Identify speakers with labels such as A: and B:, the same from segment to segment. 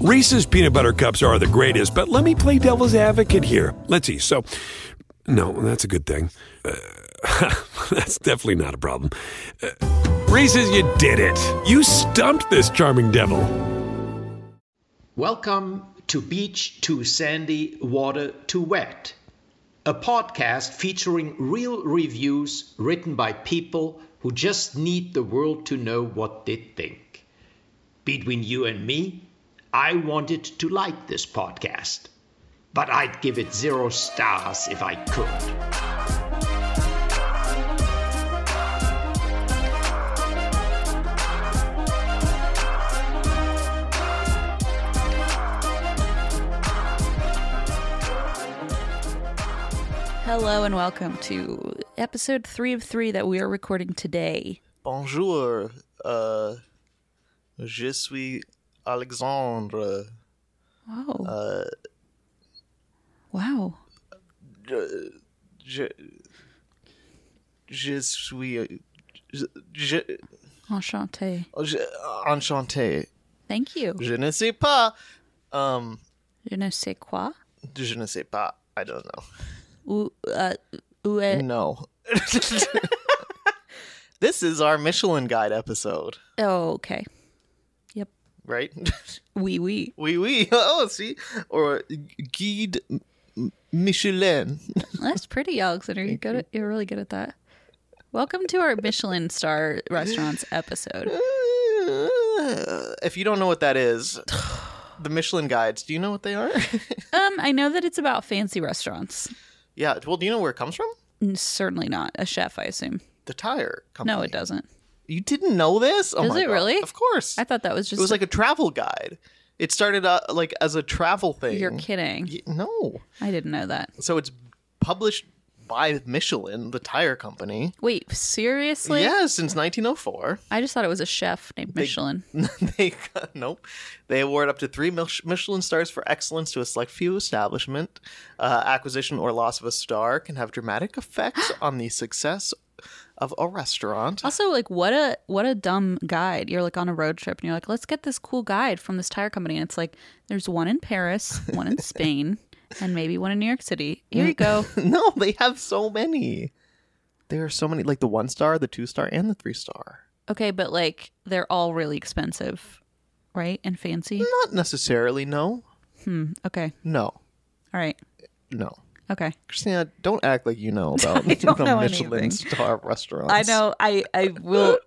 A: Reese's peanut butter cups are the greatest, but let me play devil's advocate here. Let's see. So, no, that's a good thing. Uh, that's definitely not a problem. Uh, Reese's, you did it. You stumped this charming devil.
B: Welcome to Beach Too Sandy, Water Too Wet, a podcast featuring real reviews written by people who just need the world to know what they think. Between you and me, I wanted to like this podcast, but I'd give it zero stars if I could.
C: Hello and welcome to episode three of three that we are recording today.
D: Bonjour, uh, je suis Alexandre.
C: Wow.
D: Uh,
C: wow.
D: Je, je, je suis. Je, je,
C: Enchanté.
D: je- enchanté.
C: Thank you.
D: Je ne sais pas. Um,
C: Je ne sais quoi.
D: je ne sais pas. I don't know.
C: Où, uh, où est-
D: No. this is our Michelin Guide episode,
C: Oh, okay. Yep.
D: right?
C: Oui, oui.
D: Oui, oui. Oh, see? Or Guide M- Michelin.
C: That's pretty, Alexander. You're good. At, you're really good at that. Welcome to our Michelin star restaurants episode.
D: if you don't know what that is, the Michelin guides, do you know what they are?
C: Um, I know that it's about fancy restaurants.
D: yeah. Well, do you know where it comes from?
C: Mm, Certainly not a chef, I assume.
D: The tire company.
C: No, it doesn't.
D: You didn't know this? Oh
C: Does
D: my
C: it
D: God.
C: really?
D: Of course.
C: I thought that was
D: it
C: just
D: was like a travel guide. It started out like as a travel thing.
C: you're kidding.
D: Y- No.
C: I didn't know that.
D: So it's published by Michelin, the tire company.
C: Wait, seriously?
D: yeah, since 1904.
C: I just thought it was a chef named Michelin.
D: they got, nope. They award up to three Mich- Michelin stars for excellence to a select few establishment. Uh, acquisition or loss of a star can have dramatic effects on the success of a restaurant.
C: also, like what a what a dumb guide. You're like on a road trip and you're like, let's get this cool guide from this tire company. And it's like, there's one in Paris, one in Spain, and maybe one in New York City. Here you go.
D: no, they have so many. There are so many, like the one star, the two star, and the three star.
C: Okay, but like they're all really expensive, right? And fancy. Hmm.
D: Not necessarily. No,
C: Okay.
D: no,
C: All right.
D: no.
C: Okay.
D: Christina, don't act like you know about the
C: don't know
D: Michelin
C: anything.
D: star restaurants.
C: I know I, I will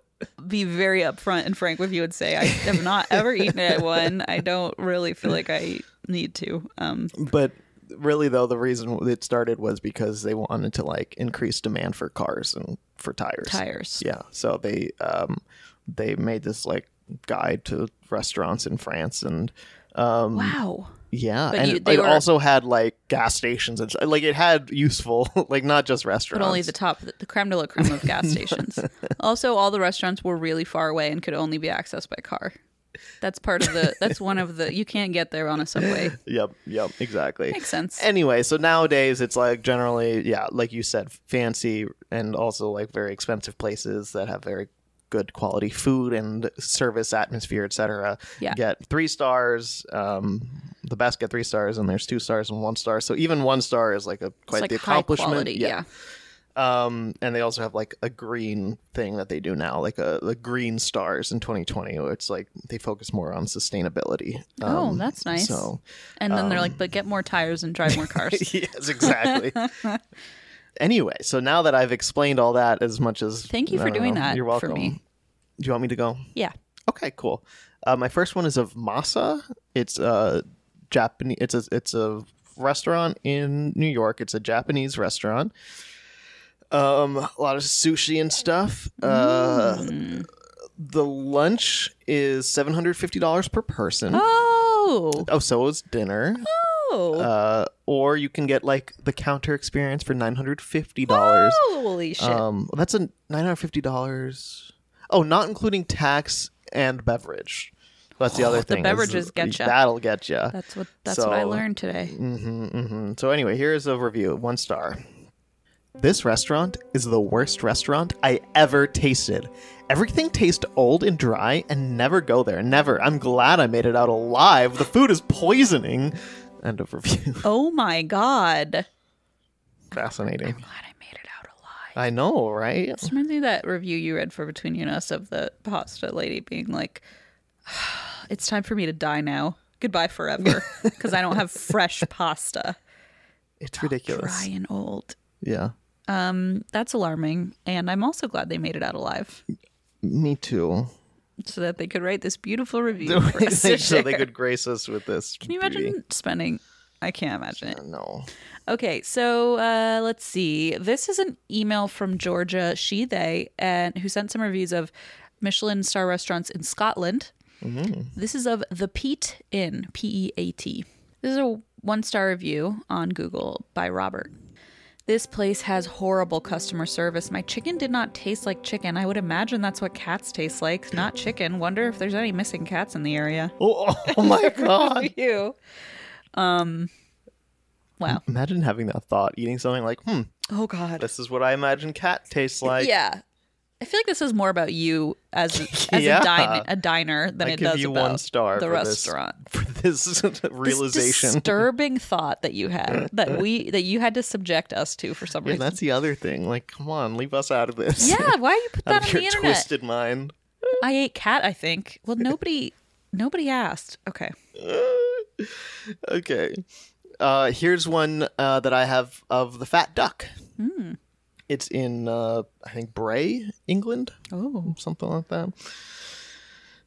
C: be very upfront and frank with you and say I have not ever eaten at one. I don't really feel like I need to. Um
D: But really, though, the reason it started was because they wanted to like increase demand for cars and for tires.
C: tires.
D: Yeah. So they um they made this like guide to restaurants in France and um
C: Wow.
D: yeah
C: But
D: and
C: you-
D: it-
C: they
D: it
C: were-
D: also had like gas stations and s- like it had useful like not just restaurants
C: But only the top, the creme de la creme of gas stations. also, all the restaurants were really far away and could only be accessed by car. That's part of the. That's one of the. You can't get there on a subway.
D: yep yep exactly
C: Makes sense.
D: anyway so nowadays it's like generally yeah like you said fancy and also like very expensive places that have very good quality food and service atmosphere etc
C: Yeah.
D: get three stars um the best get three stars and there's two stars and one star so even one star is like a quite
C: it's like
D: the
C: high
D: accomplishment
C: quality. Yeah.
D: um and they also have like a green thing that they do now like a the green stars in 2020 where it's like they focus more on sustainability
C: Oh,
D: Um,
C: that's nice.
D: so
C: and then they're like, but
D: Um,
C: get more tires and drive more cars.
D: yes, exactly. anyway, so now that I've explained all that as much as
C: Thank you
D: I
C: for
D: don't
C: doing
D: know,
C: that
D: You're
C: for
D: welcome.
C: me.
D: Do you want me to go?
C: yeah.
D: Okay, cool. Uh, my first one is of Masa. It's a Japanese. It's a it's a restaurant in New York. It's a Japanese restaurant. Um, a lot of sushi and stuff. Uh,
C: Mm.
D: the lunch is seven hundred fifty dollars per person. Oh.
C: Oh.
D: so is dinner
C: Oh.
D: uh, or you can get like the counter experience for nine hundred fifty dollars.
C: Holy shit.
D: Um, that's a nine hundred fifty dollars. Oh, not including tax and beverage. That's the other
C: Oh, the
D: thing. is
C: beverages getcha.
D: That'll get you.
C: that's what. That's what I
D: so- mm.
C: learned today.
D: So anyway, here's a review. One star. This restaurant is the worst restaurant I ever tasted. Everything tastes old and dry and never go there. Never. I'm glad I made it out alive. The food is poisoning. End of review.
C: Oh my god.
D: Fascinating.
C: Glad I made it out alive.
D: I know, right?
C: This reminds me of that review you read for Between You and Us of the pasta lady being like, "It's time for me to die now. Goodbye forever, because I don't have fresh pasta,
D: It's
C: dry
D: ridiculous.
C: and old."
D: Yeah.
C: Um, that's alarming, and I'm also glad they made it out alive,
D: Me too.
C: so that they could write this beautiful review for us to
D: so they
C: share.
D: could grace us with this.
C: Can you imagine spending? I can't imagine it.
D: No.
C: Okay, so uh, let's see. This is an email from Georgia She They, and who sent some reviews of Michelin star restaurants in Scotland. This is of the Peat Inn, P E A T. This is a one star review on Google by Robert. This place has horrible customer service. My chicken did not taste like chicken. I would imagine that's what cats taste like, not chicken. Wonder if there's any missing cats in the area.
D: Oh, oh my god.
C: You. Um. Wow.
D: imagine having that thought, eating something like, hmm,
C: Oh God.
D: this is what I imagine cat tastes like.
C: yeah i feel like this is more about you as as
D: Yeah.
C: a, diner, a diner than
D: I
C: it
D: give
C: does
D: you
C: about
D: one star
C: the
D: for this
C: restaurant
D: For this
C: This
D: realization.
C: disturbing thought that you had that we that you had to subject us to for some
D: Yeah,
C: reason
D: that's the other thing. Like, come on, leave us out of this.
C: yeah why you put
D: out
C: that
D: of
C: on
D: your
C: the internet
D: twisted mind.
C: i ate cat i think well nobody nobody asked okay
D: Okay. Uh, here's one uh, that I have of the fat duck.
C: Hmm.
D: It's in, uh, I think, Bray, England.
C: oh
D: something like that.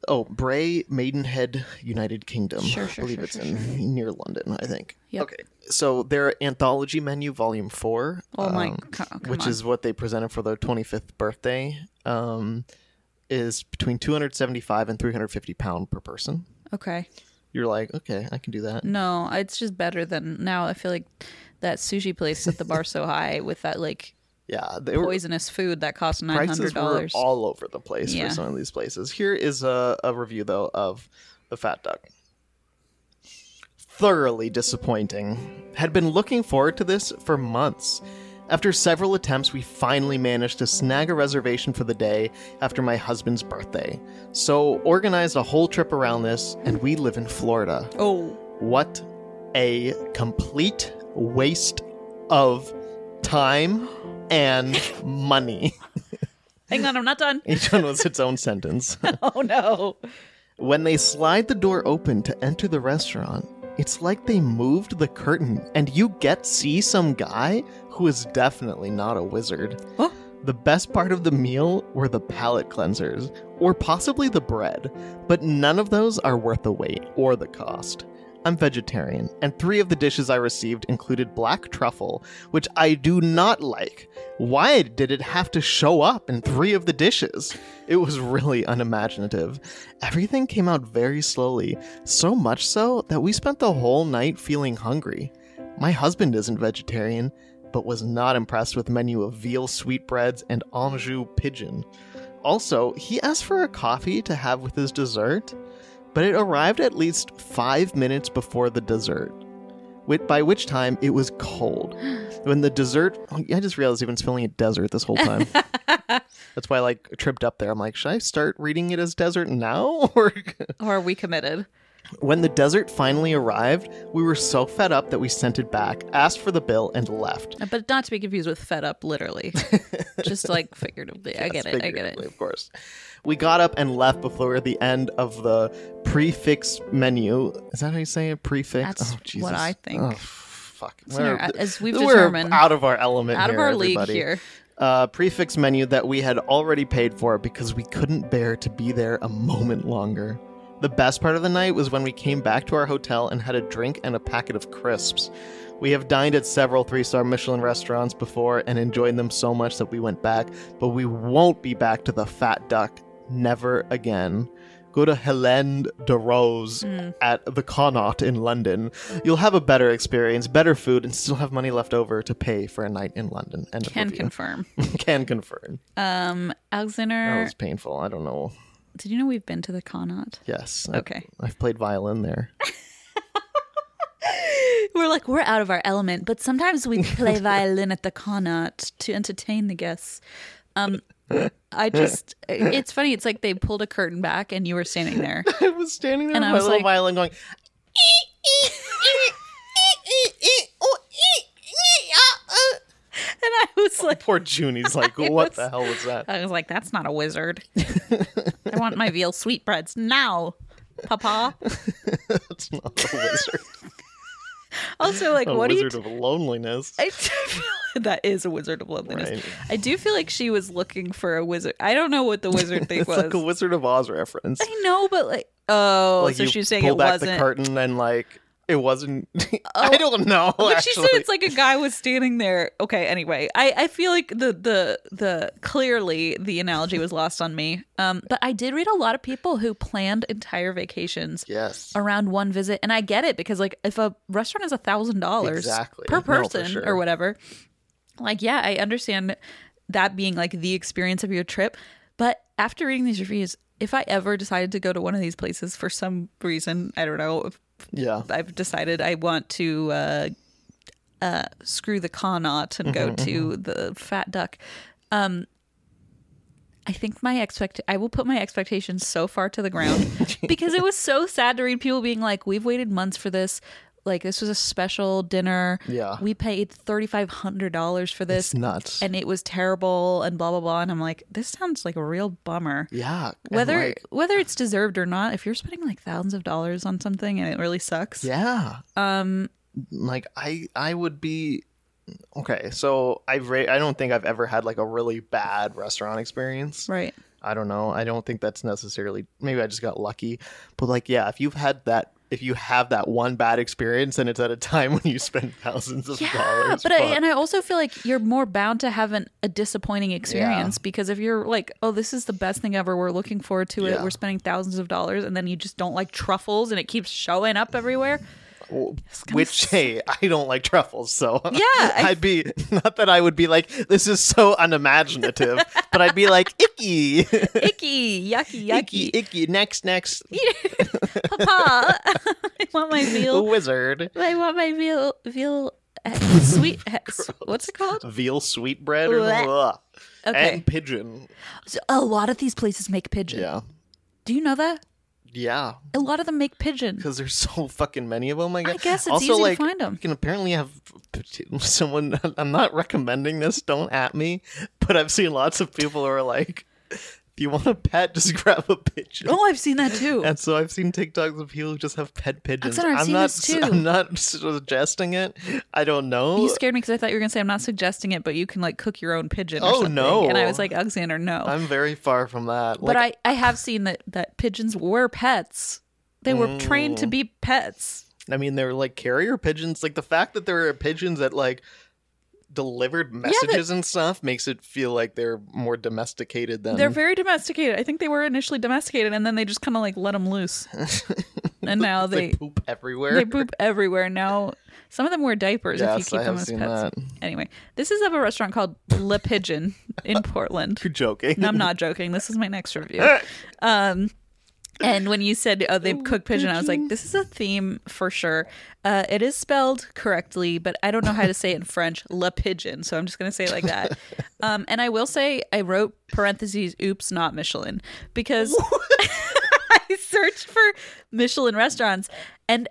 D: Oh, Bray, Maidenhead, United Kingdom.
C: Sure, sure,
D: I believe
C: sure,
D: it's
C: sure,
D: in near London, I think.
C: Yep.
D: Okay. So their anthology menu, volume four,
C: oh my
D: um,
C: co- come
D: which
C: on.
D: is what they presented for their 25th birthday, um, is between 275 and 350 pound per person.
C: okay
D: You're like, okay, I can do that.
C: no it's just better than now i feel like that sushi place set the bar so high with that like
D: Yeah, they were
C: poisonous food that cost nine
D: prices
C: hundred
D: were
C: dollars
D: all over the place
C: Yeah.
D: for some of these places. Here is a, a review though of the Fat Duck. Thoroughly disappointing. Had been looking forward to this for months. After several attempts, we finally managed to snag a reservation for the day after my husband's birthday. So organized a whole trip around this, and we live in Florida.
C: oh
D: What a complete waste of time and money.
C: Hang on, I'm not done.
D: Each one was its own sentence.
C: Oh no.
D: when they slide the door open to enter the restaurant, it's like they moved the curtain and you get see some guy who is definitely not a wizard.
C: Huh?
D: The best part of the meal were the palate cleansers, or possibly the bread, but none of those are worth the wait or the cost. I'm vegetarian, and three of the dishes I received included black truffle, which I do not like. Why did it have to show up in three of the dishes? It was really unimaginative. Everything came out very slowly, so much so that we spent the whole night feeling hungry. My husband isn't vegetarian, but was not impressed with menu of veal sweetbreads and Anjou pigeon. Also, he asked for a coffee to have with his dessert, but it arrived at least five minutes before the dessert. Which, by which time it was cold. When the dessert, oh, I just realized I've been spelling it desert this whole time. That's why I like tripped up there. I'm like, should I start reading it as desert now, or
C: Or are we committed?
D: when the desert finally arrived, we were so fed up that we sent it back, asked for the bill, and left.
C: But not to be confused with fed up, literally. Just like figuratively. I get it. I get
D: Figuratively,
C: it.
D: Of course. We got up and left before the end of the prefix menu. Is that how you say it? Prefix?
C: That's what I think.
D: Oh, fuck.
C: in our- as we've
D: we're
C: determined,
D: out of our element
C: Out of
D: here,
C: our league
D: everybody.
C: here.
D: uh, prefix menu that we had already paid for because we couldn't bear to be there a moment longer. The best part of the night was when we came back to our hotel and had a drink and a packet of crisps. We have dined at several three star Michelin restaurants before and enjoyed them so much that we went back, but we won't be back to the Fat Duck. Never again. Go to Helene de Rose at the Connaught in London. You'll have a better experience, better food, and still have money left over to pay for a night in London. End of
C: Can
D: review
C: confirm.
D: can confirm.
C: Um
D: That
C: Alexander
D: was painful. I don't know.
C: Did you know we've been to the Connaught?
D: Yes. I-
C: Okay.
D: I've played violin there.
C: We're like, we're out of our element, but sometimes we play violin at the Connaught to entertain the guests. Um I just, it's funny. It's like they pulled a curtain back and you were standing there.
D: I was standing there
C: And
D: with
C: I
D: my
C: was
D: little
C: like-
D: violin going.
C: And I was like,
D: Poor Junie's like,
C: It
D: what
C: was-
D: the hell was that?
C: I was like, that's not a wizard. I want my veal sweetbreads now, Papa.
D: That's not a wizard.
C: Also, like,
D: A
C: what do you?
D: wizard of loneliness.
C: I do feel that is a wizard of loveliness.
D: Right.
C: I do feel like she was looking for a wizard. I don't know what the wizard thing
D: It's
C: was.
D: like a Wizard of Oz reference.
C: I know, but like, oh,
D: like
C: so
D: you
C: she's saying
D: pull
C: it
D: back
C: wasn't. Oh,
D: the curtain and like it wasn't. I don't know.
C: But
D: actually.
C: she said it's like a guy was standing there. Okay, anyway, I, I feel like the the the clearly the analogy was lost on me. Um, but I did read a lot of people who planned entire vacations
D: yes.
C: around one visit, and I get it because like if a restaurant is a thousand dollars
D: Exactly.
C: per
D: No, for
C: person
D: sure.
C: or whatever, like yeah, I understand that being like the experience of your trip. But after reading these reviews, if I ever decided to go to one of these places for some reason, I don't know,
D: Yeah.
C: I've decided I want to uh, uh, screw the con knot and go
D: Mm-hmm,
C: to the fat duck. Um, I think my expect I will put my expectations so far to the ground because it was so sad to read people being like, "We've waited months for this." Like this was a special dinner.
D: Yeah.
C: we paid thirty five hundred dollars for this,
D: It's nuts.
C: and it was terrible, and blah blah blah. And I'm like, this sounds like a real bummer
D: yeah. and,
C: whether
D: like,
C: whether it's deserved or not if you're spending like thousands of dollars on something and it really sucks
D: yeah.
C: um
D: like I I would be okay. So I've ra- I don't think I've ever had like a really bad restaurant experience.
C: right
D: I don't know. I don't think that's necessarily. Maybe I just got lucky. But like, yeah, if you've had that, if you have that one bad experience, and it's at a time when you spend thousands of
C: yeah
D: dollars,
C: but I, and i also feel like you're more bound to have an, a disappointing experience because if you're like oh this is the best thing ever we're looking forward to it
D: Yeah.
C: we're spending thousands of dollars and then you just don't like truffles and it keeps showing up everywhere
D: W-
C: kinda
D: which hey, I don't like truffles, so yeah,
C: I-
D: I'd be not that I would be like this is so unimaginative, but I'd be like icky,
C: icky yucky
D: icky,
C: yucky
D: icky. Next, next,
C: papa i want my veal
D: wizard.
C: i want my veal veal eh, sweet eh, what's it called
D: veal sweetbread or
C: Blech.
D: Ugh.
C: Okay.
D: and pigeon.
C: So a lot of these places make pigeon
D: Yeah,
C: do you know that
D: yeah,
C: A lot of them make pigeon.
D: because there's so fucking many of them. I guess,
C: guess it's
D: also
C: easy to
D: like
C: find 'em.
D: you can apparently have someone. I'm not recommending this. Don't at me. But I've seen lots of people who are like, if you want a pet, just grab a pigeon.
C: Oh, I've seen that too.
D: And so I've seen TikToks of people who just have pet pigeons.
C: what I've
D: am
C: seen
D: not.
C: this too.
D: I'm not suggesting it. I don't know.
C: You scared me because I thought you were going to say I'm not suggesting it, but you can like cook your own pigeon. Or
D: Oh,
C: something.
D: no.
C: And I was like, Alexander, no.
D: I'm very far from that.
C: but I, I have seen that that pigeons were pets. They were trained
D: Mm.
C: to be pets.
D: I mean, they're like carrier pigeons. Like the fact that there are pigeons that like delivered
C: that-
D: messages and stuff makes it feel like they're more domesticated than
C: They're very domesticated. I think they were initially domesticated, and then they just kind of like let them loose, and now
D: they,
C: they
D: poop everywhere.
C: they poop everywhere. Now some of them wear diapers if you
D: Yes,
C: keep
D: I
C: them
D: have
C: as
D: seen
C: pets.
D: that.
C: Anyway, this is of a restaurant called Le Pigeon in Portland.
D: You're joking.
C: No, I'm not joking. This is my next review. Um, and when you said, oh, they cook pigeon, I was like, this is a theme for sure. Uh, it is spelled correctly, but I don't know how to say it in French, le pigeon. So I'm just going to say it like that. Um, and I will say, I wrote parentheses, oops, not Michelin, because I searched for Michelin restaurants. And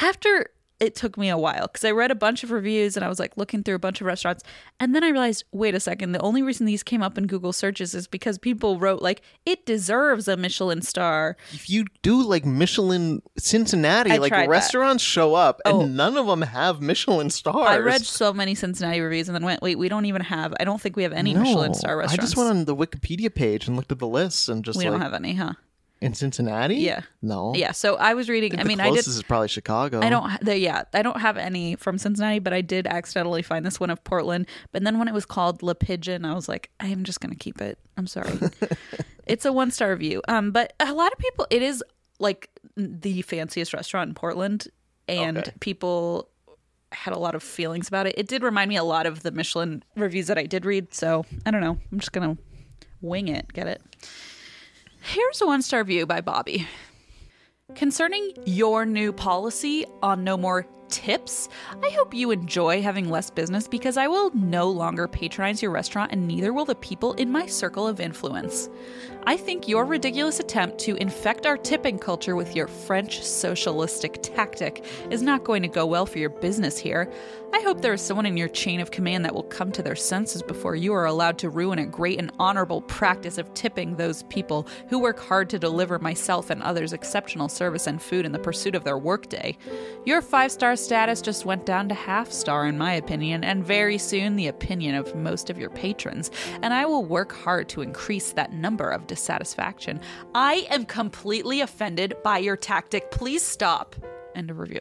C: after it took me a while because I read a bunch of reviews and I was like looking through a bunch of restaurants. And then I realized, wait a second, the only reason these came up in Google searches is because people wrote, like, it deserves a Michelin star.
D: If you do like Michelin Cincinnati,
C: I
D: like
C: tried that.
D: restaurants show up and
C: Oh.
D: none of them have Michelin stars.
C: I read so many Cincinnati reviews and then went, wait, we don't even have, I don't think we have any Michelin
D: No,
C: star
D: I
C: restaurants.
D: just went on the Wikipedia page and looked at the lists and just
C: we
D: like
C: don't have any, huh?
D: in Cincinnati.
C: Yeah.
D: no,
C: Yeah. So I was reading, I
D: The
C: mean, I
D: closest
C: did.
D: is probably Chicago.
C: I don't. ha- The, yeah, I don't have any from Cincinnati, but I did accidentally find this one of Portland. But then when it was called Le Pigeon, I was like, I am just gonna keep it. I'm sorry. it's a one star review. Um, but a lot of people, it is like the fanciest restaurant in Portland, and people had a lot of feelings about it. It did remind me a lot of the Michelin reviews that I did read. So I don't know. I'm just gonna wing it. Get it. Here's a one star review by Bobby. Concerning your new policy on no more tips. I hope you enjoy having less business because I will no longer patronize your restaurant and neither will the people in my circle of influence. I think your ridiculous attempt to infect our tipping culture with your French socialistic tactic is not going to go well for your business here. I hope there is someone in your chain of command that will come to their senses before you are allowed to ruin a great and honorable practice of tipping those people who work hard to deliver myself and others exceptional service and food in the pursuit of their workday. Your five star status just went down to half star, in my opinion, and very soon the opinion of most of your patrons, and I will work hard to increase that number of dissatisfaction. I am completely offended by your tactic. Please stop. End of review.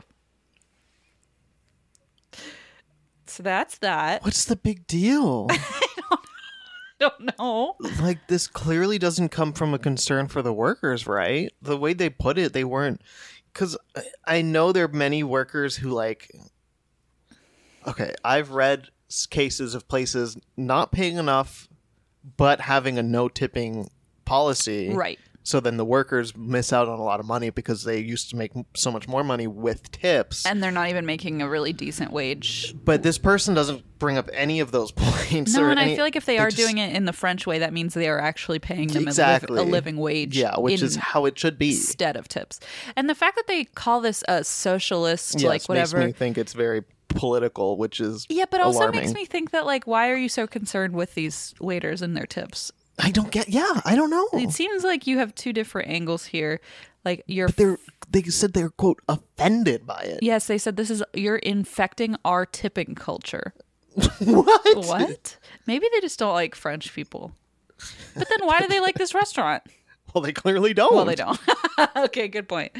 C: So that's that.
D: What's the big deal?
C: Don't know.
D: like this clearly doesn't come from a concern for the workers, right? The way they put it, they weren't cuz I know there are many workers who like Okay, I've read s- cases of places not paying enough but having a no tipping policy.
C: Right.
D: So then the workers miss out on a lot of money because they used to make m- so much more money with tips.
C: And they're not even making a really decent wage.
D: but this person doesn't bring up any of those points.
C: No,
D: or
C: and I
D: any-
C: feel like if they are
D: just-
C: doing it in the French way, that means they are actually paying them
D: Exactly.
C: a, liv- a living wage.
D: yeah, which
C: in-
D: is how it should be.
C: instead of tips. And the fact that they call this a socialist,
D: Yes,
C: like whatever.
D: makes me think it's very political, which is
C: yeah, but also
D: alarming.
C: makes me think that like, why are you so concerned with these waiters and their tips?
D: I don't get. Yeah, I don't know.
C: It seems like you have two different angles here. Like you're
D: They're they said they're quote offended by it.
C: yes, they said this is you're infecting our tipping culture.
D: What?
C: What? Maybe they just don't like French people. But then why do they like this restaurant?
D: Well, they clearly don't.
C: Well, they don't. okay, good point.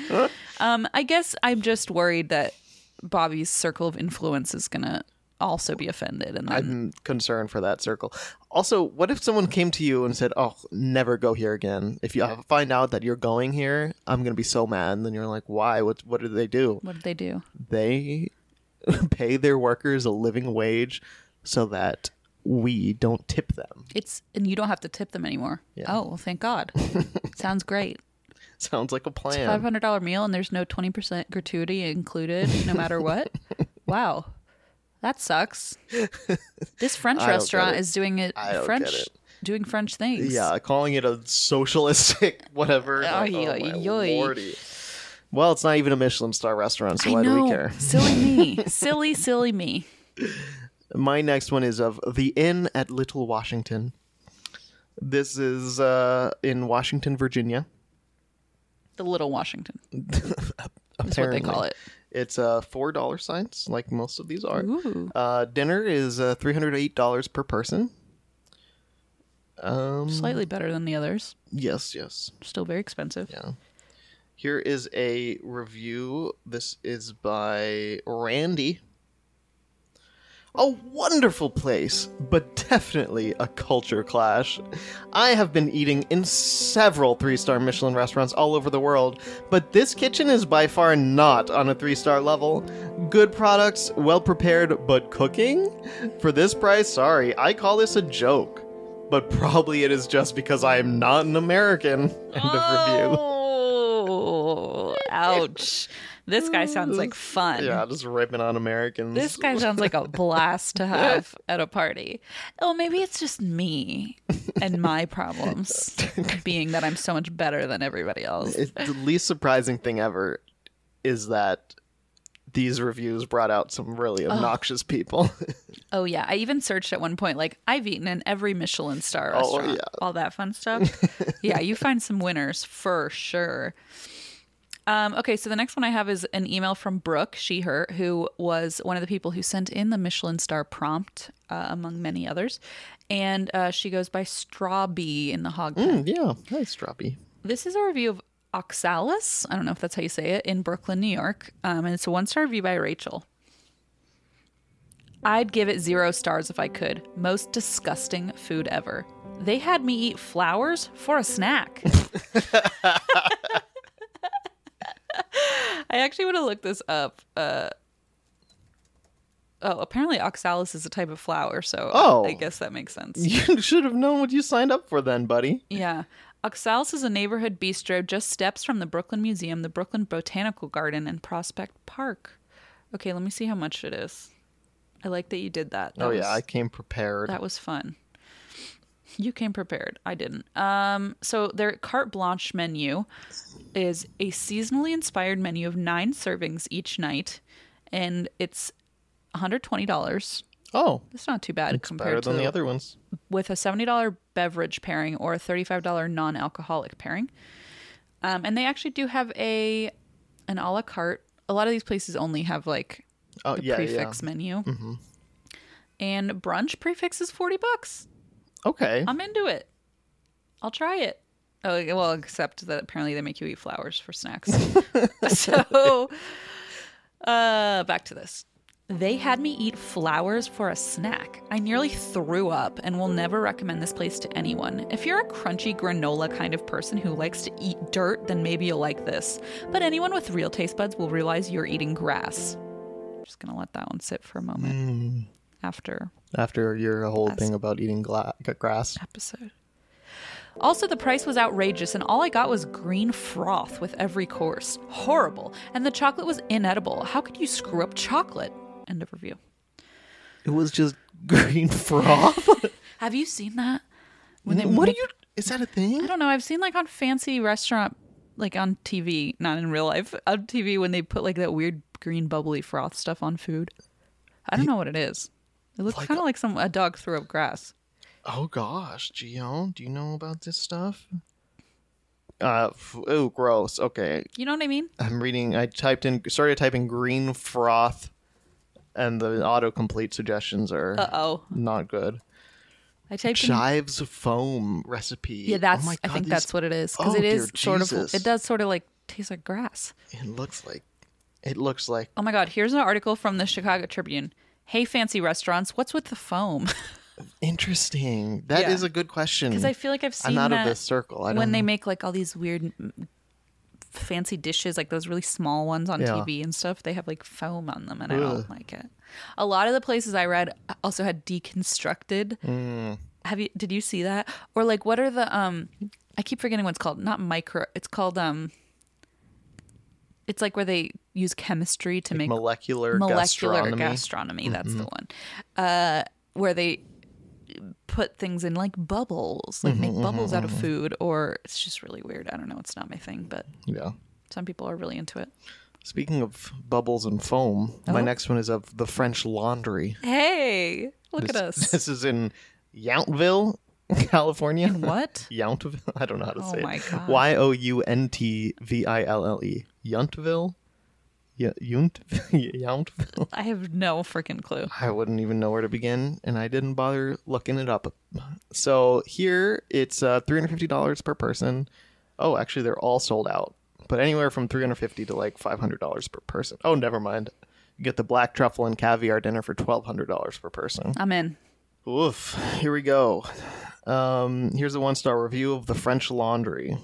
C: Um, I guess I'm just worried that Bobby's circle of influence is gonna also be offended, and then
D: I'm concerned Mm, for that circle. Also, what if someone came to you and said, "Oh, never go here again." If you find out that you're going here, I'm gonna be so mad. And then you're like, "Why? What? What did they do?
C: what did they do?
D: They pay their workers a living wage so that we don't tip them."
C: It's and you don't have to tip them anymore. Oh well, thank God. Sounds great.
D: Sounds like a plan.
C: Five hundred dollar meal, and there's no twenty percent gratuity included, no matter what. wow, that sucks. This French
D: get
C: restaurant
D: it.
C: is doing it
D: I don't
C: French,
D: get it.
C: doing French things.
D: Yeah, calling it a socialistic whatever. Like,
C: Ay,
D: oh,
C: ay,
D: my
C: ay.
D: lordy. Well, it's not even a Michelin star restaurant, so
C: I
D: why do
C: know.
D: we care?
C: Silly me. silly, silly me.
D: My next one is of the Inn at Little Washington. This is uh, in Washington, Virginia.
C: The little Washington.
D: That's
C: what they call it.
D: It's uh, four dollar signs, like most of these are.
C: Ooh.
D: Uh, dinner is uh, three hundred eight dollars per person.
C: Slightly better than the others.
D: Yes, yes.
C: Still very expensive.
D: Here is a review. This is by Randy. A wonderful place, but definitely a culture clash. I have been eating in several three star Michelin restaurants all over the world, but this kitchen is by far not on a three star level. Good products, well prepared, but cooking? For this price, sorry, I call this a joke. But probably it is just because I am not an American. End of review.
C: Oh, ouch. This guy sounds like fun.
D: Yeah, just ripping on Americans.
C: This guy sounds like a blast to have at a party. Oh, maybe it's just me and my problems, being that I'm so much better than everybody else.
D: It- the least surprising thing ever is that these reviews brought out some really obnoxious people.
C: Oh, yeah. I even searched at one point, like, I've eaten in every Michelin star
D: Oh,
C: restaurant,
D: yeah.
C: all that fun stuff. yeah, you find some winners for sure. Um, okay, so the next one I have is an email from Brooke, she, her, who was one of the people who sent in the Michelin star prompt, uh, among many others. And uh, she goes by Strawbee in the hog pen.
D: Mm, yeah, nice droppy.
C: This is a review of Oxalis. I don't know if that's how you say it in Brooklyn, New York. Um, and it's a one star review by Rachel. I'd give it zero stars if I could. Most disgusting food ever. They had me eat flowers for a snack. I actually would have looked this up. Uh, oh, apparently oxalis is a type of flower, so
D: Oh.
C: I guess that makes sense.
D: You should have known what you signed up for then, buddy.
C: Yeah. Oxalis is a neighborhood bistro just steps from the Brooklyn Museum, the Brooklyn Botanical Garden, and Prospect Park. Okay, let me see how much it is. I like that you did that. that
D: oh
C: was-
D: yeah, I came prepared.
C: That was fun. You came prepared. I didn't. Um, so their carte blanche menu is a seasonally inspired menu of nine servings each night, and it's $120.
D: oh,
C: That's not too bad compared
D: better
C: to
D: than the other ones.
C: with a $70 beverage pairing or a $35 non-alcoholic pairing. Um, and they actually do have a an a la carte. A lot of these places only have like
D: Oh
C: the
D: yeah, Mm-hmm.
C: prefix menu. And brunch prefix is 40 bucks.
D: yeah. Okay.
C: I'm into it. I'll try it. Oh, okay, well, except that apparently they make you eat flowers for snacks. so, uh, back to this. They had me eat flowers for a snack. I nearly threw up and will never recommend this place to anyone. If you're a crunchy granola kind of person who likes to eat dirt, then maybe you'll like this. But anyone with real taste buds will realize you're eating grass. Just gonna let that one sit for a moment after
D: After your whole thing about eating gla- g- grass.
C: episode. Also, the price was outrageous, and all I got was green froth with every course. Horrible. And the chocolate was inedible. How could you screw up chocolate? End of review.
D: It was just green froth.
C: Have you seen that? When they
D: what are
C: make-
D: you? Is that a
C: I
D: thing?
C: don't know. I've seen like on fancy restaurant, like on TV, not in real life, on TV when they put like that weird green bubbly froth stuff on food. I don't know what it is. It looks kind of like some a dog threw up grass.
D: Oh gosh, Gio, do you know about this stuff? Uh, f- oh, gross. Okay,
C: You know what I mean?
D: I'm reading. I typed in, started typing green froth, and the autocomplete suggestions are
C: Uh oh.
D: not good.
C: I typed in
D: Chives foam recipe.
C: Yeah,
D: Oh
C: that's.
D: my
C: I
D: God,
C: think
D: these-
C: that's what it is because
D: Oh,
C: it is
D: dear
C: sort
D: Jesus.
C: of. It does sort of like taste like grass.
D: It looks like. It looks like.
C: Oh my God! Here's an article from the Chicago Tribune. Hey, fancy restaurants, what's with the foam?
D: Interesting. That is
C: Yeah.
D: a good question.
C: Because I feel like I've
D: I'm
C: seen
D: out
C: that
D: of this circle. I
C: when
D: don't
C: they
D: know.
C: make like all these weird, mm, fancy dishes, like those really small ones on
D: Yeah.
C: TV and stuff. They have like foam on them, and I don't like it. A lot of the places I read also had deconstructed.
D: Mm.
C: Have you? Did you see that? Or like, what are the? um I keep forgetting what it's called. Not micro. It's called um. It's like where they use chemistry to make
D: molecular,
C: molecular
D: gastronomy. Mm-hmm.
C: gastronomy. that's the one. Uh, where they put things in like bubbles, like
D: Mm-hmm,
C: make bubbles out of food, or it's just really weird. I don't know. It's not my thing, but
D: yeah.
C: some people are really into it.
D: Speaking of bubbles and foam, my
C: Oh.
D: next one is of the French Laundry.
C: Hey, look at
D: This,
C: us.
D: this is in Yountville, California.
C: what?
D: Yountville. I don't know how to
C: Oh
D: say
C: my
D: it.
C: God.
D: Y o u n t v i l l e. Yountville. Y- Yount. Yountville.
C: I have no freaking clue.
D: I wouldn't even know where to begin, and I didn't bother looking it up. So here it's uh, three hundred fifty dollars per person. Oh, actually, they're all sold out, but anywhere from three hundred fifty to like five hundred dollars per person. Oh, never mind. You get the black truffle and caviar dinner for twelve hundred dollars per person.
C: I'm in.
D: Oof. Here we go. Um, here's a one star review of the French Laundry.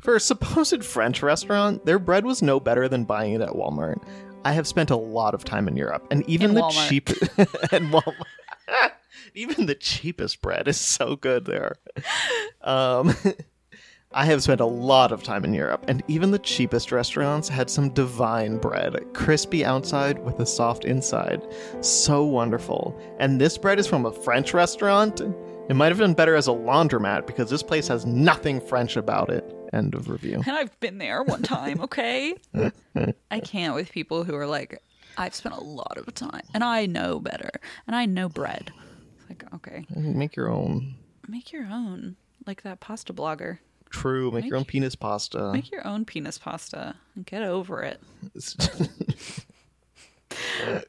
D: For a supposed French restaurant, their bread was no better than buying it at Walmart. I have spent a lot of time in Europe, and even
C: And
D: the
C: Walmart.
D: cheap and Walmart. even the cheapest bread is so good there. Um, I have spent a lot of time in Europe, and even the cheapest restaurants had some divine bread, crispy outside with a soft inside. So wonderful. And this bread is from a French restaurant? It might have done better as a laundromat because this place has nothing French about it. End of review.
C: And I've been there one time, okay? I can't with people who are like, I've spent a lot of time and I know better and I know bread. It's like, okay,
D: Make your own.
C: make your own, like that pasta blogger.
D: True, make, your own penis pasta.
C: Make your own penis pasta and get over it.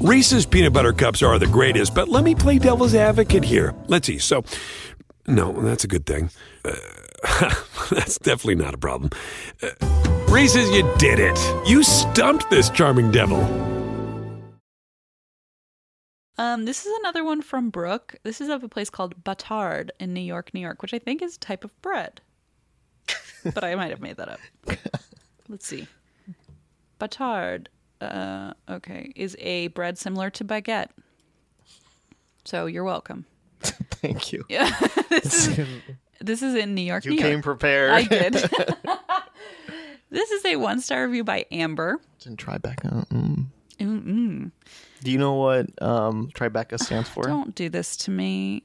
A: Reese's peanut butter cups are the greatest, but let me play devil's advocate here. Let's see. So, no, that's a good thing. Uh, that's definitely not a problem. Uh, Reese's, you did it. You stumped this charming devil.
C: Um, this is another one from Brooke. This is of a place called Batard in New York, New York, which I think is a type of bread. but I might have made that up. Let's see. Batard, uh, okay, is a bread similar to baguette. So you're welcome.
D: Thank you.
C: Yeah, this is this is in New York,
D: You
C: New
D: came
C: York.
D: prepared.
C: I did. this is a one star review by Amber.
D: And Tribeca. Mm.
C: Mm-mm.
D: Do you know what um, Tribeca stands for?
C: Don't do this to me.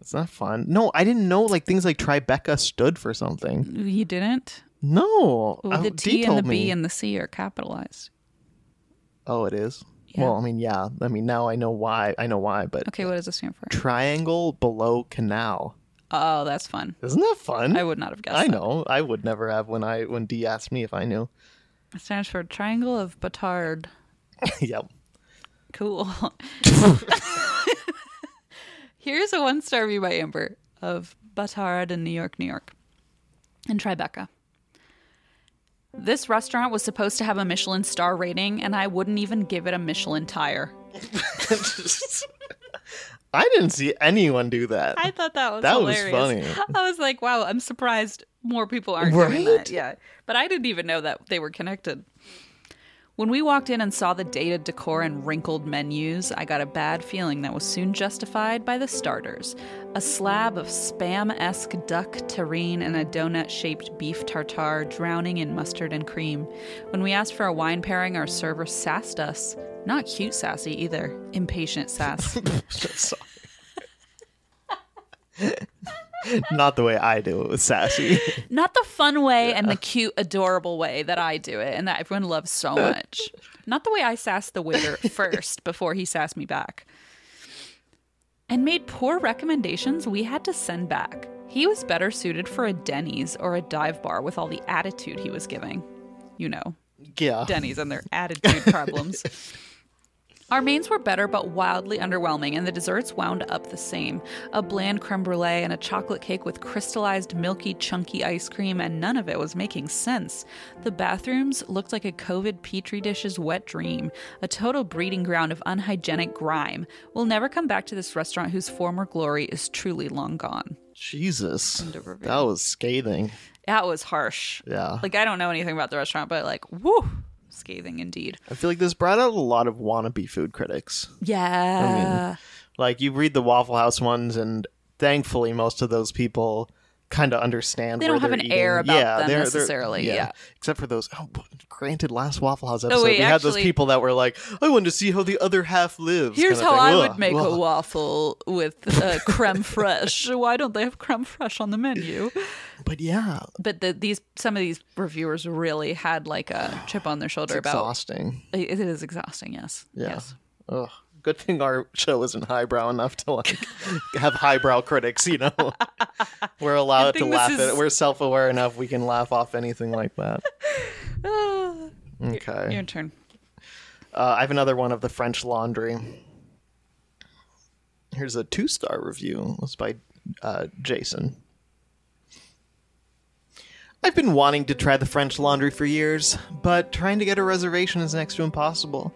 D: It's not fun. No, I didn't know like things like Tribeca stood for something.
C: You didn't.
D: No,
C: Well,
D: I-
C: Oh, the
D: Dee
C: T and the
D: Oh, told
C: B
D: me.
C: and the C are capitalized.
D: oh, it is.
C: Yeah.
D: Well, I mean, yeah. I mean, now I know why. I know why, but
C: Okay, what does this stand for?
D: triangle below canal.
C: Oh, that's fun.
D: Isn't that fun?
C: I would not have guessed.
D: I
C: that.
D: know. I would never have when I when Dee asked me if I knew.
C: It stands for Triangle of Batard.
D: yep.
C: Cool. Here's a one star review by Amber of Batard in New York, New York, in Tribeca. This restaurant was supposed to have a Michelin star rating, and I wouldn't even give it a Michelin tire.
D: I didn't see anyone do that.
C: I thought that was
D: That was
C: hilarious.
D: funny.
C: I was like, wow, I'm surprised more people aren't doing
D: Right?
C: that. Yeah. But I didn't even know that they were connected. When we walked in and saw the dated decor and wrinkled menus, I got a bad feeling that was soon justified by the starters a slab of spam esque duck terrine and a donut shaped beef tartare drowning in mustard and cream. When we asked for a wine pairing, our server sassed us. Not cute sassy either, impatient sass.
D: Sorry. Not the way I do it with sassy.
C: not the fun way and the cute, adorable way that I do it and that everyone loves so much. not the way I sassed the waiter first before he sassed me back. And made poor recommendations we had to send back. He was better suited for a Denny's or a dive bar with all the attitude he was giving. You know,
D: Yeah.
C: Denny's and their attitude problems. Our mains were better, but wildly underwhelming, and the desserts wound up the same a bland creme brulee and a chocolate cake with crystallized, milky, chunky ice cream, and none of it was making sense. The bathrooms looked like a COVID Petri dish's wet dream, a total breeding ground of unhygienic grime. We'll never come back to this restaurant whose former glory is truly long gone.
D: Jesus. That was scathing.
C: That was harsh.
D: Yeah.
C: Like, I don't know anything about the restaurant, but like, woo, scathing indeed.
D: I feel like this brought out a lot of wannabe food critics.
C: Yeah.
D: Like you read the Waffle House ones and thankfully most of those people kind of understand
C: They
D: where
C: don't have
D: they're
C: an air
D: eating.
C: about
D: yeah,
C: them
D: they're- they're-
C: necessarily, yeah.
D: except for those oh, granted last waffle house episode
C: wait,
D: we had those
C: actually-
D: people that were like i wanted to see how the other half lives
C: Here's
D: kinda
C: how
D: thing.
C: I
D: Ugh,
C: would make a
D: ugh.
C: waffle with uh, creme fraiche. Why don't they have creme fraiche on the menu?
D: but yeah
C: But the, these some of these reviewers really had like a chip on their shoulder
D: it's
C: about
D: exhausting
C: it is exhausting. Yes,
D: Yeah.
C: yes.
D: Ugh. Good thing our show isn't highbrow enough to like have highbrow critics, you know. We're allowed
C: Good
D: to
C: thing this
D: laugh at
C: is-
D: it. We're self aware enough we can laugh off anything like that.
C: Ah, your
D: Okay.
C: turn.
D: Uh, I have another one of the French laundry. Here's a two star review. It's by uh, Jason. I've been wanting to try the French Laundry for years, but trying to get a reservation is next to impossible.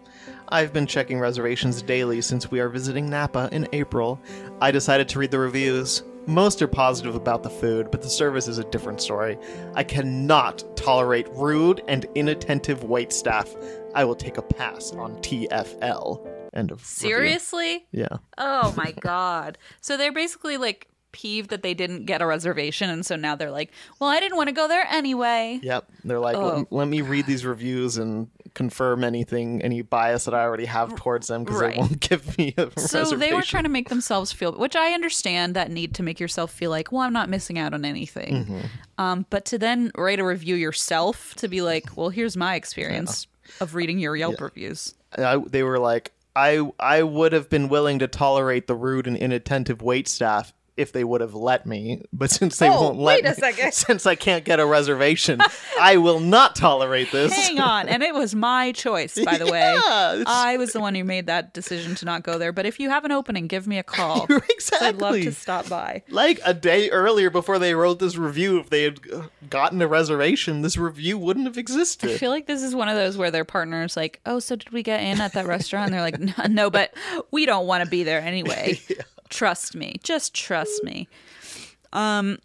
D: I've been checking reservations daily since we are visiting Napa in April. I decided to read the reviews. Most are positive about the food, but the service is a different story. I cannot tolerate rude and inattentive wait staff. I will take a pass on TFL. End of review.
C: Seriously?
D: Yeah.
C: Oh my god! So they're basically like peeved that they didn't get a reservation, and so now they're like, "Well, I didn't want to go there anyway."
D: Yep. They're like, let,
C: Oh.
D: let me read these reviews and confirm anything, any bias that I already have towards them because
C: Right.
D: they won't give me a
C: So
D: reservation.
C: they were trying to make themselves feel, which I understand that need to make yourself feel like, well, I'm not missing out on anything. Um, but to then write a review yourself to be like, well, here's my experience of reading your Yelp reviews.
D: And I, they were like, I I would have been willing to tolerate the rude and inattentive wait staff if they would have let me, but since they
C: Oh,
D: won't let
C: wait a
D: me,
C: second.
D: since I can't get a reservation, I will not tolerate this.
C: Hang on. And it was my choice, by the way.
D: Yeah, it's-
C: I was the one who made that decision to not go there. But if you have an opening, give me a call.
D: You're
C: 'Cause I'd love
D: exactly.
C: to stop by.
D: like a day earlier before they wrote this review if they had uh, gotten a reservation this review wouldn't have
C: I
D: existed
C: feel like this is one of those where their partner's like, oh, so did we get in at that restaurant? And they're like, no, no but we don't want to be there anyway. Trust me. Just trust me. Um,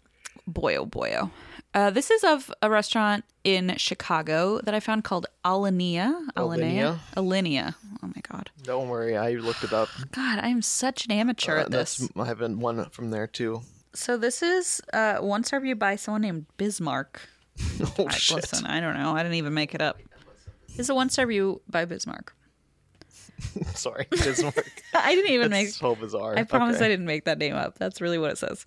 C: boy, oh, boy, oh. Uh, this is of a restaurant in Chicago that I found called Alinea. Alinea? Alinea. Oh, my God.
D: don't worry i looked it up
C: God, I am such an amateur
D: Uh,
C: at this.
D: i have been one from there too
C: So this is uh, one star review by someone named Bismarck.
D: oh
C: I,
D: shit
C: listen, I don't know. I didn't even make it up. This is a one star review by Bismarck.
D: sorry it doesn't work
C: I didn't even make.
D: it's so bizarre
C: I promise
D: Okay.
C: I didn't make that name up. That's really what it says.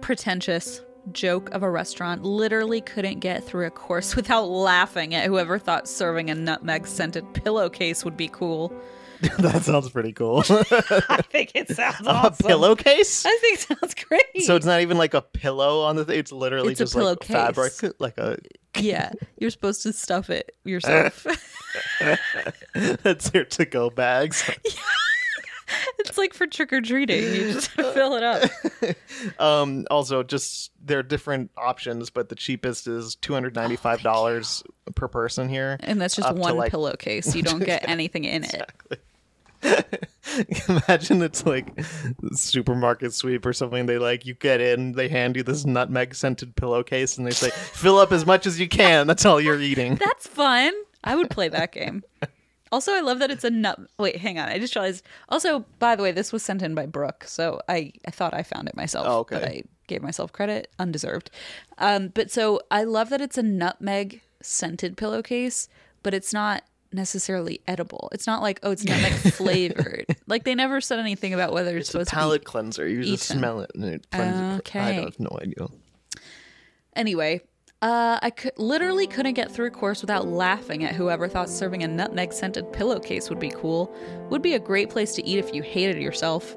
C: Pretentious joke of a restaurant literally couldn't get through a course without laughing at whoever thought serving a nutmeg scented pillowcase would be cool.
D: that sounds pretty cool
C: I think it sounds
D: a
C: awesome.
D: pillowcase
C: I think it sounds great.
D: so it's not even like a pillow on the thing it's literally
C: It's a
D: just like
C: pillowcase.
D: fabric like a
C: yeah, you're supposed to stuff it yourself.
D: that's their to-go bags
C: It's like for trick or treating. You just fill it up.
D: um also just there are different options but the cheapest is $295 per person here
C: And that's just
D: Up to,
C: one
D: like-
C: pillowcase. You don't get anything in it.
D: Imagine it's like supermarket sweep or something. They like you get in, they hand you this nutmeg scented pillowcase, and they say, "Fill up as much as you can. That's all you're eating."
C: That's fun. I would play that game. Also, I love that it's a nut. Wait, hang on. I just realized. Also, by the way, this was sent in by Brooke, so I, I thought I found it myself.
D: Oh, okay.
C: But I gave myself credit, undeserved. Um, but so I love that it's a nutmeg scented pillowcase, but it's not necessarily edible. It's not like oh, it's nutmeg flavored. like they never said anything about whether it's,
D: It's a
C: supposed
D: palate
C: to be
D: cleanser. You just
C: eaten.
D: smell it and it cleanses. it. I
C: Okay.
D: don't have no idea.
C: Anyway, uh, I could, literally couldn't get through a course without laughing at whoever thought serving a nutmeg scented pillowcase would be cool. Would be a great place to eat if you hated yourself.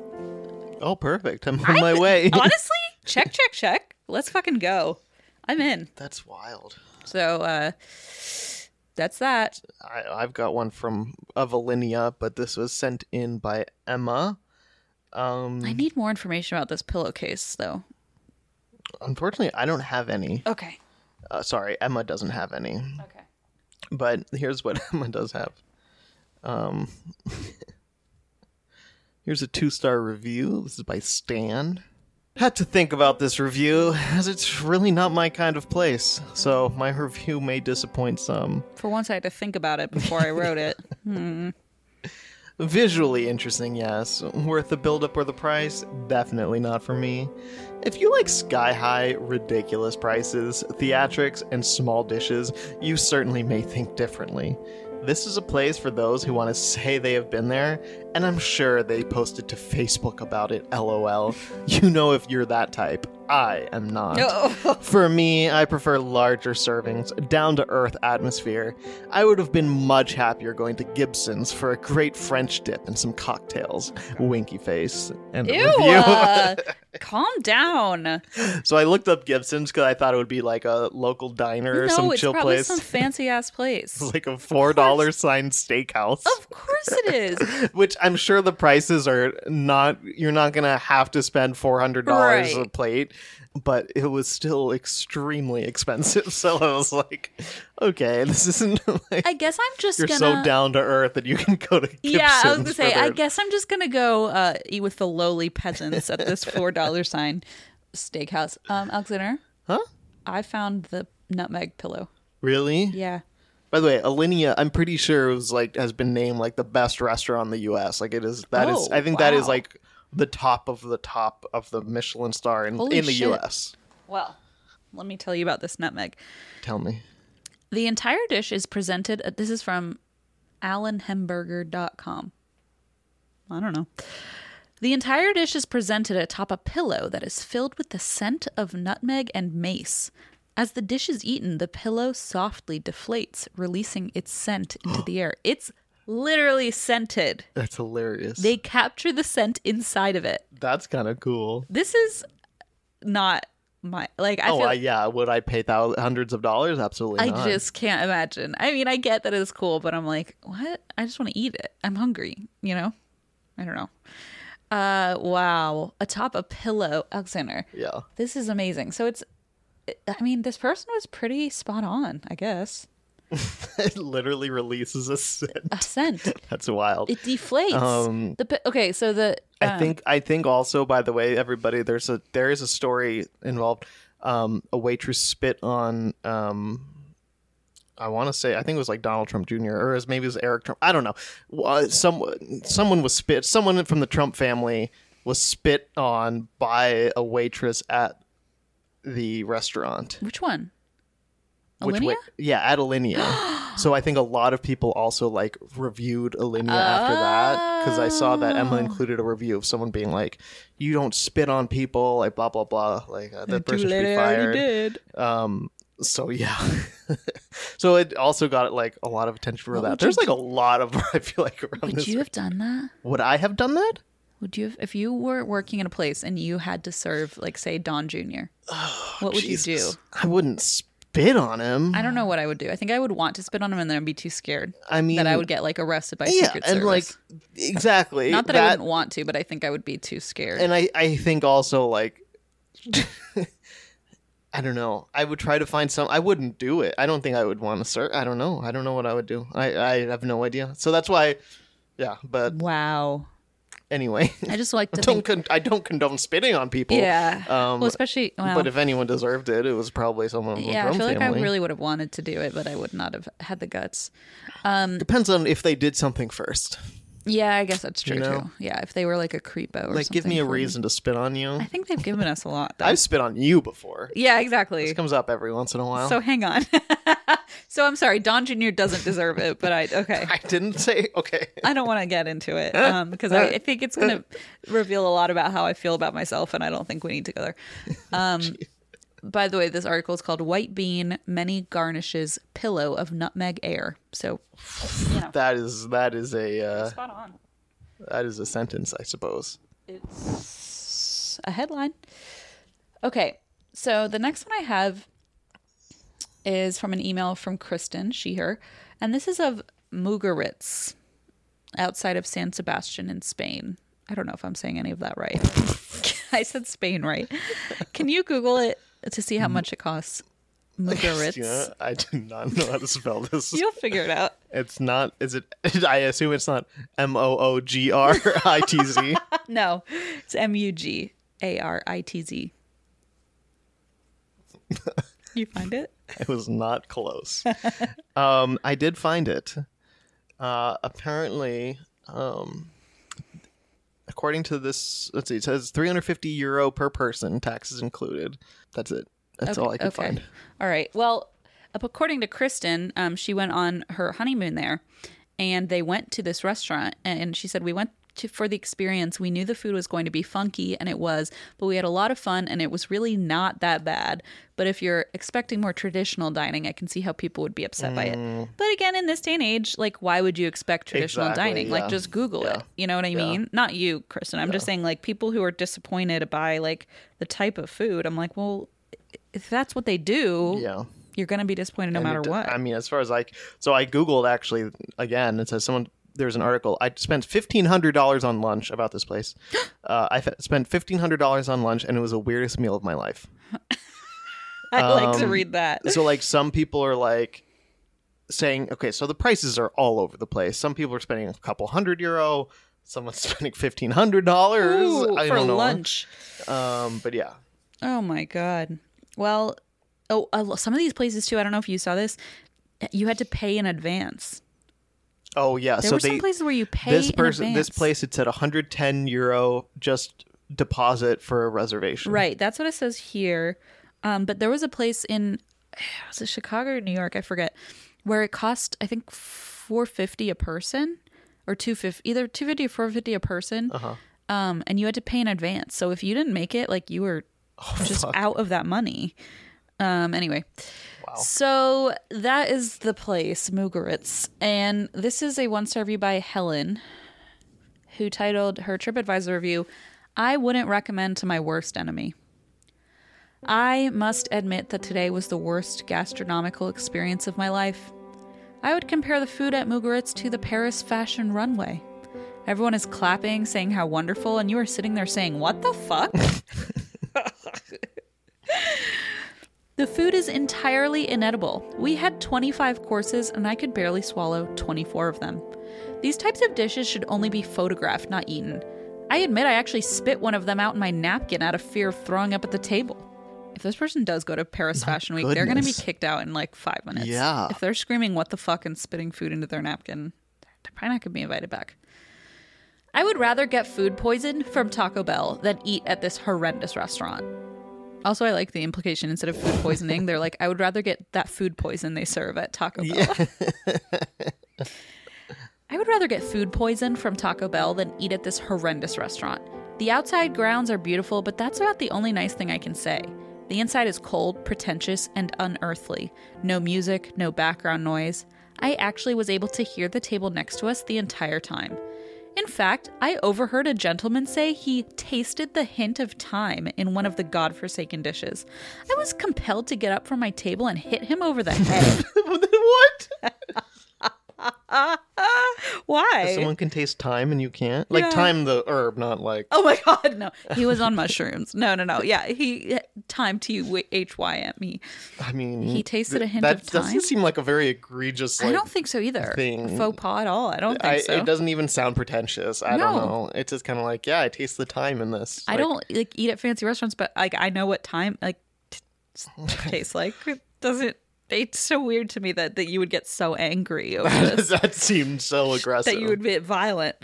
D: Oh, perfect! I'm on my way.
C: Honestly, check, check, check. Let's fucking go. I'm in.
D: That's wild.
C: So uh, that's that.
D: I, I've got one from of Alinea, but this was sent in by Emma. Um,
C: I need more information about this pillowcase, though.
D: unfortunately, I don't have any.
C: Okay.
D: Uh, sorry, Emma doesn't have any.
C: Okay.
D: But here's what Emma does have. Um, here's a two star review. This is by Stan. Had to think about this review, as it's really not my kind of place, so my review may disappoint some.
C: For once, I had to think about it before I wrote it.
D: Visually interesting, yes. Worth the build up or the price? Definitely not for me. If you like sky high, ridiculous prices, theatrics, and small dishes, you certainly may think differently. This is a place for those who want to say they have been there, and I'm sure they posted to Facebook about it, lol. You know if you're that type. I am not. For me, I prefer larger servings, down to earth atmosphere. I would have been much happier going to Gibson's for a great French dip and some cocktails. Winky face. And a
C: Ew!
D: review.
C: uh, calm down.
D: so I looked up Gibson's because I thought it would be like a local diner or
C: no,
D: some
C: it's
D: chill
C: probably
D: place.
C: some fancy ass place.
D: It's like a four dollar sign steakhouse.
C: Of course it is.
D: Which I'm sure the prices are not you're not gonna have to spend four hundred dollars a
C: Right.
D: plate, but it was still extremely expensive. So I was like, okay, this isn't like
C: I guess I'm just
D: you're
C: gonna.
D: so down to earth that you can go to Gibson's
C: yeah, I was gonna
D: for
C: say. I
D: their-
C: guess I'm just gonna go uh, eat with the lowly peasants at this four dollar sign steakhouse. Um, Alexander,
D: Huh?
C: I found the nutmeg pillow.
D: Really?
C: Yeah,
D: By the way, Alinea, I'm pretty sure it was like has been named like the best restaurant in the U.S. Like it is that is
C: Oh,
D: I think that is
C: wow.
D: like the top of the top of the Michelin star in,
C: Holy
D: in the
C: shit.
D: U.S.
C: Well, let me tell you about this nutmeg.
D: Tell me.
C: The entire dish is presented. At, this is from AlanHemberger.com. I don't know. The entire dish is presented atop a pillow that is filled with the scent of nutmeg and mace. As the dish is eaten, the pillow softly deflates, releasing its scent into the air. It's literally scented.
D: That's hilarious.
C: They capture the scent inside of it.
D: That's kind of cool.
C: This is not my like. I
D: oh,
C: feel
D: I, yeah. Would I pay thou- hundreds of dollars? Absolutely.
C: I
D: not.
C: just can't imagine. I mean, I get that it's cool, but I'm like, what? I just want to eat it. I'm hungry, you know? I don't know. Uh wow. Atop a pillow, Alexander.
D: Yeah.
C: This is amazing. So it's I mean, this person was pretty spot on, I guess.
D: it literally releases a scent.
C: A scent.
D: That's wild.
C: It deflates.
D: Um,
C: the pi- okay, so the
D: I think I think also by the way everybody there's a there is a story involved um a waitress spit on um I want to say I think it was like Donald Trump Jr. or as maybe it was Eric Trump I don't know uh, some someone was spit someone from the Trump family was spit on by a waitress at the restaurant
C: which one?
D: which wa-
C: Alinea?
D: yeah at Alinea so I think a lot of people also like reviewed Alinea after that because I saw that Emma
C: Oh.
D: included a review of someone being like you don't spit on people like blah blah blah like uh, that person should be fired
C: did.
D: um so yeah so it also got like a lot of attention for
C: What
D: that
C: would you
D: there's like
C: do-
D: a lot of I feel like around
C: Would
D: this
C: you have done that?
D: would I have done that
C: Would you have, if you were working in a place and you had to serve like say Don Jr. what would you do?
D: Oh, Jesus. I wouldn't spit on him
C: I don't know what I would do. I think I would want to spit on him and then I'd be too scared
D: I mean
C: that I would get like arrested by
D: yeah
C: Secret
D: and
C: Service.
D: like exactly
C: Not that, I wouldn't want to, but I think I would be too scared.
D: and I, I think also like I don't know. I would try to find some. I wouldn't do it. I don't think I would want to serve. I don't know. I don't know what I would do. I, I have no idea. So that's why, yeah. But
C: wow.
D: anyway,
C: I just like to
D: don't
C: think.
D: con- I don't condone spitting on people.
C: Yeah.
D: Um,
C: well, especially. Well,
D: but if anyone deserved it, it was probably someone from
C: yeah,
D: the
C: I
D: Drum
C: feel like
D: family.
C: I really would have wanted to do it, but I would not have had the guts.
D: Depends on if they did something first.
C: Yeah, I guess that's true
D: know?
C: too. Yeah, if they were like a creepo or
D: Like, give me
C: something
D: a
C: for
D: reason to spit on you.
C: I think they've given us a lot. Though.
D: I've spit on you before.
C: yeah, exactly.
D: This comes up every once in a while.
C: So hang on. so I'm sorry, Don Jr. doesn't deserve it, but I okay.
D: I didn't say okay.
C: I don't want to get into it um, because I, I think it's going to reveal a lot about how I feel about myself, and I don't think we need to go there. Um, by the way, this article is called "White Bean: Many Garnishes Pillow of Nutmeg Air." So
D: That is that is a uh,
C: spot on.
D: That is a sentence, I suppose.
C: It's a headline. Okay, so the next one I have is from an email from Kristen, she, her, and this is of Mugaritz outside of San Sebastian in Spain. I don't know if I'm saying any of that right. I said Spain right. Can you Google it to see how much it costs? Mugaritz.
D: Yeah, I do not know how to spell this.
C: You'll figure it out.
D: It's not. Is it? I assume it's not M O O G R I T Z.
C: No, it's M U G A R I T Z. You find it?
D: I was not close. Um, I did find it. Uh, apparently, um, according to this, let's see. It says 350 euro per person, taxes included. That's it. That's all I could find.
C: All right. Well, up- according to Kristen, um, she went on her honeymoon there, and they went to this restaurant, and she said we went. To, for the experience, we knew the food was going to be funky, and it was, but we had a lot of fun, and it was really not that bad. But if you're expecting more traditional dining, I can see how people would be upset by
D: Mm.
C: it. But again, in this day and age, like, why would you expect traditional
D: Exactly,
C: dining? Like,
D: yeah.
C: just Google it. You know what I mean? Not you, Kristen. I'm just saying, like, people who are disappointed by like the type of food. I'm like, well, if that's what they do,
D: Yeah.
C: you're going to be disappointed no
D: And
C: matter
D: it-
C: what.
D: I mean, as far as like, so I googled actually again. It says someone there's an article. I spent fifteen hundred dollars on lunch about this place. uh, I f- spent fifteen hundred dollars on lunch, and it was the weirdest meal of my life.
C: I like to read that.
D: um, So like, some people are like saying, okay, so the prices are all over the place. Some people are spending a couple hundred euro. Someone's spending fifteen hundred dollars.
C: Ooh,
D: I
C: for
D: don't know.
C: lunch.
D: Um, but yeah,
C: Oh my god. Well, oh, uh, some of these places too. I don't know if you saw this. You had to pay in advance.
D: oh yeah.
C: There
D: so
C: were
D: they,
C: some places where you pay
D: this
C: in
D: person, this
C: advance.
D: place, it said one hundred ten euro just deposit for a reservation.
C: Right, that's what it says here. Um, but there was a place in was it Chicago or New York? I forget where it cost. I think four fifty a person or two fifty, either two fifty or four fifty a person. Um, and you had to pay in advance. So if you didn't make it, like you were just out of that money. Um, anyway, so that is the place, Mugaritz, and this is a one-star review by Helen, who titled her TripAdvisor review, "I wouldn't recommend to my worst enemy." I must admit that today was the worst gastronomical experience of my life. I would compare the food at Mugaritz to the Paris fashion runway. Everyone is clapping, saying how wonderful, and you are sitting there saying, What the fuck? the food is entirely inedible. We had 25 courses, and I could barely swallow 24 of them. These types of dishes should only be photographed, not eaten. I admit I actually spit one of them out in my napkin out of fear of throwing up at the table. If this person does go to Paris Fashion Week, they're going to be
D: goodness.
C: kicked out in like five minutes.
D: Yeah.
C: If they're screaming, what the fuck, and spitting food into their napkin, they're probably not going to be invited back. I would rather get food poison from Taco Bell than eat at this horrendous restaurant. Also, I like the implication instead of food poisoning, they're like, I would rather get that food poison they serve at Taco Bell. I would rather get food poison from Taco Bell than eat at this horrendous restaurant. The outside grounds are beautiful, but that's about the only nice thing I can say. The inside is cold, pretentious, and unearthly. No music, no background noise. I actually was able to hear the table next to us the entire time. In fact, I overheard a gentleman say he tasted the hint of thyme in one of the godforsaken dishes. I was compelled to get up from my table and hit him over the head.
D: what?
C: Why?
D: Someone can taste time and you can't. Like
C: Yeah.
D: time the herb, not like
C: Oh my god, no. He was on mushrooms. No, no, no. Yeah, he time T H Y E. at me.
D: I mean.
C: He tasted a hint
D: that
C: of
D: doesn't
C: thyme?
D: seem like a very egregious. Like,
C: I don't think so either.
D: thing-
C: Faux pas at all. I don't think
D: I-
C: so.
D: It doesn't even sound pretentious. I don't
C: No.
D: know. It's just kind of like, yeah, I taste the time in this.
C: I
D: Like,
C: don't like eat at fancy restaurants, but like I know what time like t- tastes like. It doesn't it's so weird to me that that you would get so angry over this.
D: that seemed so aggressive.
C: that you would be violent.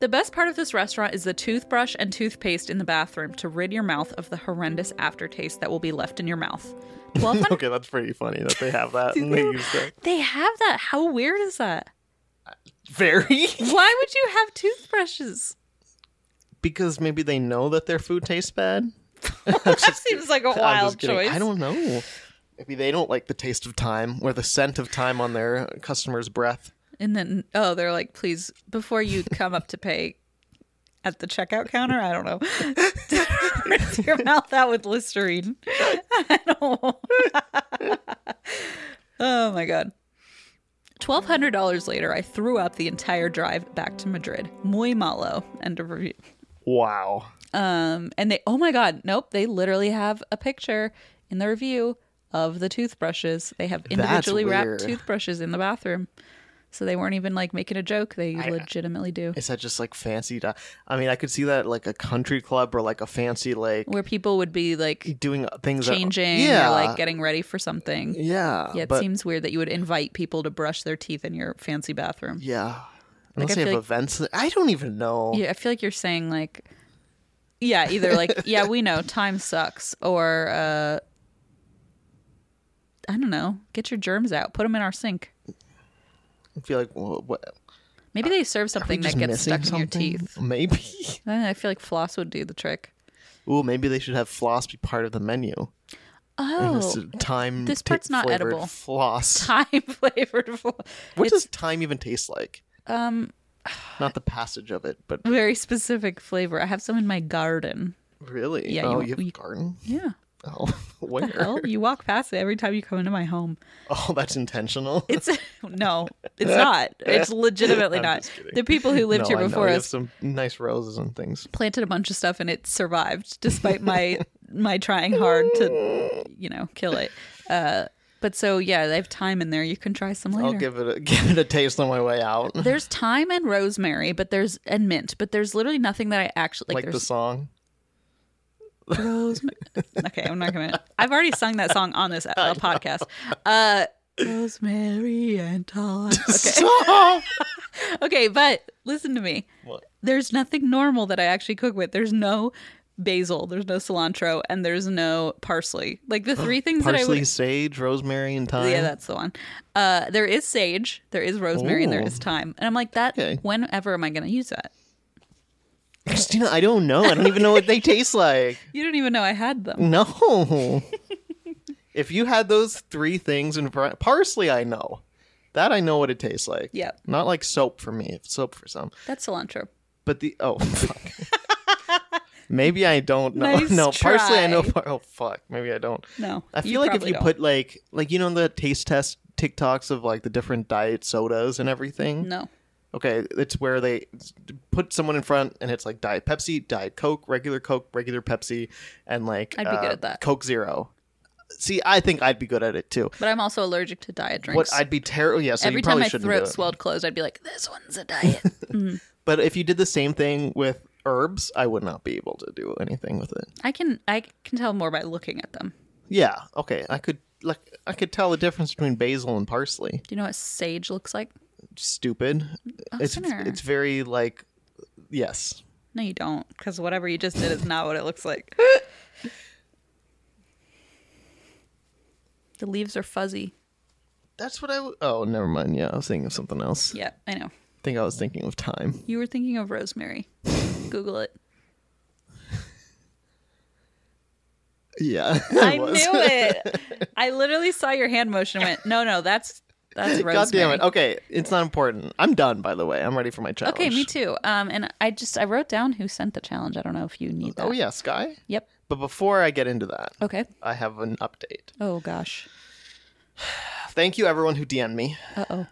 C: The best part of this restaurant is the toothbrush and toothpaste in the bathroom to rid your mouth of the horrendous aftertaste that will be left in your mouth. 1200
D: Okay, that's pretty funny that they have that and they use that.
C: They have that. How weird is that?
D: Very.
C: Why would you have toothbrushes?
D: because maybe they know that their food tastes bad.
C: That seems like a
D: I'm
C: wild
D: just kidding.
C: choice.
D: I don't know. Maybe they don't like the taste of time or the scent of time on their customer's breath.
C: And then, oh, they're like, please, before you come up to pay at the checkout counter, I don't know, rinse your mouth out with Listerine. I don't. oh my God. $1,200 later, I threw up the entire drive back to Madrid. Muy malo. End of review.
D: Wow.
C: Um, and they, oh my God, nope, they literally have a picture in the review of the toothbrushes. They have individually
D: weird.
C: wrapped toothbrushes in the bathroom. So they weren't even like making a joke. They legitimately do.
D: Is that just like fancy? Di- I mean, I could see that like a country club or like a fancy like
C: Where people would be like
D: doing things that-
C: changing
D: yeah,
C: or like getting ready for something. Yeah,
D: yeah,
C: it
D: but
C: seems weird that you would invite people to brush their teeth in your fancy bathroom.
D: yeah. Unless
C: I
D: they have
C: feel like-
D: events, that- I don't even know.
C: Yeah, I feel like you're saying like, yeah, either like, yeah, we know time sucks, or uh, I don't know, get your germs out, put them in our sink.
D: I feel like wha- what, are
C: Maybe they serve
D: we
C: something that
D: just
C: gets
D: missing
C: stuck in your
D: something?
C: teeth.
D: Maybe.
C: I feel like floss would do the trick.
D: Ooh, maybe they should have floss be part of the menu. This
C: Oh,
D: is time.
C: this
D: tick
C: part's not
D: flavored
C: edible.
D: Floss.
C: time flavored floss.
D: What
C: it's
D: does time even taste like? Um, not the passage of it, but
C: very specific flavor. I have some in my garden.
D: really.
C: Yeah,
D: oh,
C: you-
D: you, have a
C: you-
D: garden.
C: Yeah.
D: Oh, where?
C: Hell, you walk past it every time you come into my home.
D: Oh, that's intentional.
C: It's no, it's not. It's legitimately
D: I'm
C: not.
D: just kidding.
C: The people who lived
D: No, I
C: here
D: know,
C: before
D: you
C: us
D: Have some nice roses and things.
C: planted a bunch of stuff and it survived despite my my trying hard to you know kill it uh but so yeah they have thyme in there you can try some later
D: I'll give it a, give it a taste on my way out. Like,
C: there's thyme and rosemary but there's and mint but there's literally nothing that i actually like,
D: the
C: there's
D: song.
C: rosemary okay i'm not gonna i've already sung that song on this uh, podcast uh rosemary and thyme okay
D: Stop!
C: okay but listen to me
D: What?
C: there's nothing normal that I actually cook with. There's no basil, there's no cilantro, and there's no parsley. Like the three things that I
D: Parsley,
C: would.
D: sage, rosemary, and thyme.
C: Yeah, that's the one. Uh, there is sage, there is rosemary, and there
D: Ooh.
C: is thyme. And I'm like, that.
D: Oh. Okay.
C: Whenever am I going to use that?
D: Christina, I don't know. I don't even know what they taste like.
C: You didn't even know I had them.
D: No. If you had those three things in front, parsley, I know. That I know what it tastes like.
C: Yep.
D: Not like soap for me, soap for some.
C: That's cilantro.
D: But the oh fuck. Maybe I don't know.
C: Nice
D: no, parsley I know.
C: try.
D: par- Oh fuck. Maybe I don't.
C: No,
D: I feel
C: you
D: like if
C: probably
D: you
C: don't.
D: put like like you know the taste test TikToks of like the different diet sodas and everything.
C: no,
D: Okay, it's where they put someone in front and it's like Diet Pepsi, Diet Coke, regular Coke, regular Pepsi, and like uh,
C: I'd be good at that.
D: Coke Zero. See, I think I'd be good at it too.
C: but I'm also allergic to diet
D: What
C: drinks.
D: I'd be terrible. Yeah, so
C: Every
D: you probably
C: time my
D: shouldn't do
C: throat
D: it.
C: swelled closed, I'd be like, "This one's a diet."
D: But if you did the same thing with herbs, I would not be able to do anything with it.
C: I can I can tell more by looking at them.
D: Yeah. Okay. I could like I could tell the difference between basil and parsley.
C: Do you know what sage looks like?
D: Stupid. it's
C: sinner.
D: it's very like yes.
C: No, you don't, because whatever you just did is not what it looks like. the leaves are fuzzy.
D: That's what I. W- oh, never mind. Yeah, I was thinking of something else.
C: Yeah, I know.
D: I think I was thinking of time.
C: You were thinking of rosemary. Google it.
D: Yeah,
C: I,
D: was.
C: knew it. I literally saw your hand motion. and Went no, no, that's that's rosemary.
D: God damn it. Oh, Okay, it's not important. I'm done. By the way, I'm ready for my challenge.
C: Okay, me too. Um, and I just I wrote down who sent the challenge. I don't know if you need that.
D: Oh yeah, Sky.
C: Yep.
D: But before I get into that,
C: Okay.
D: I have an update.
C: Oh gosh.
D: Thank you, everyone who DM'd me.
C: Uh oh.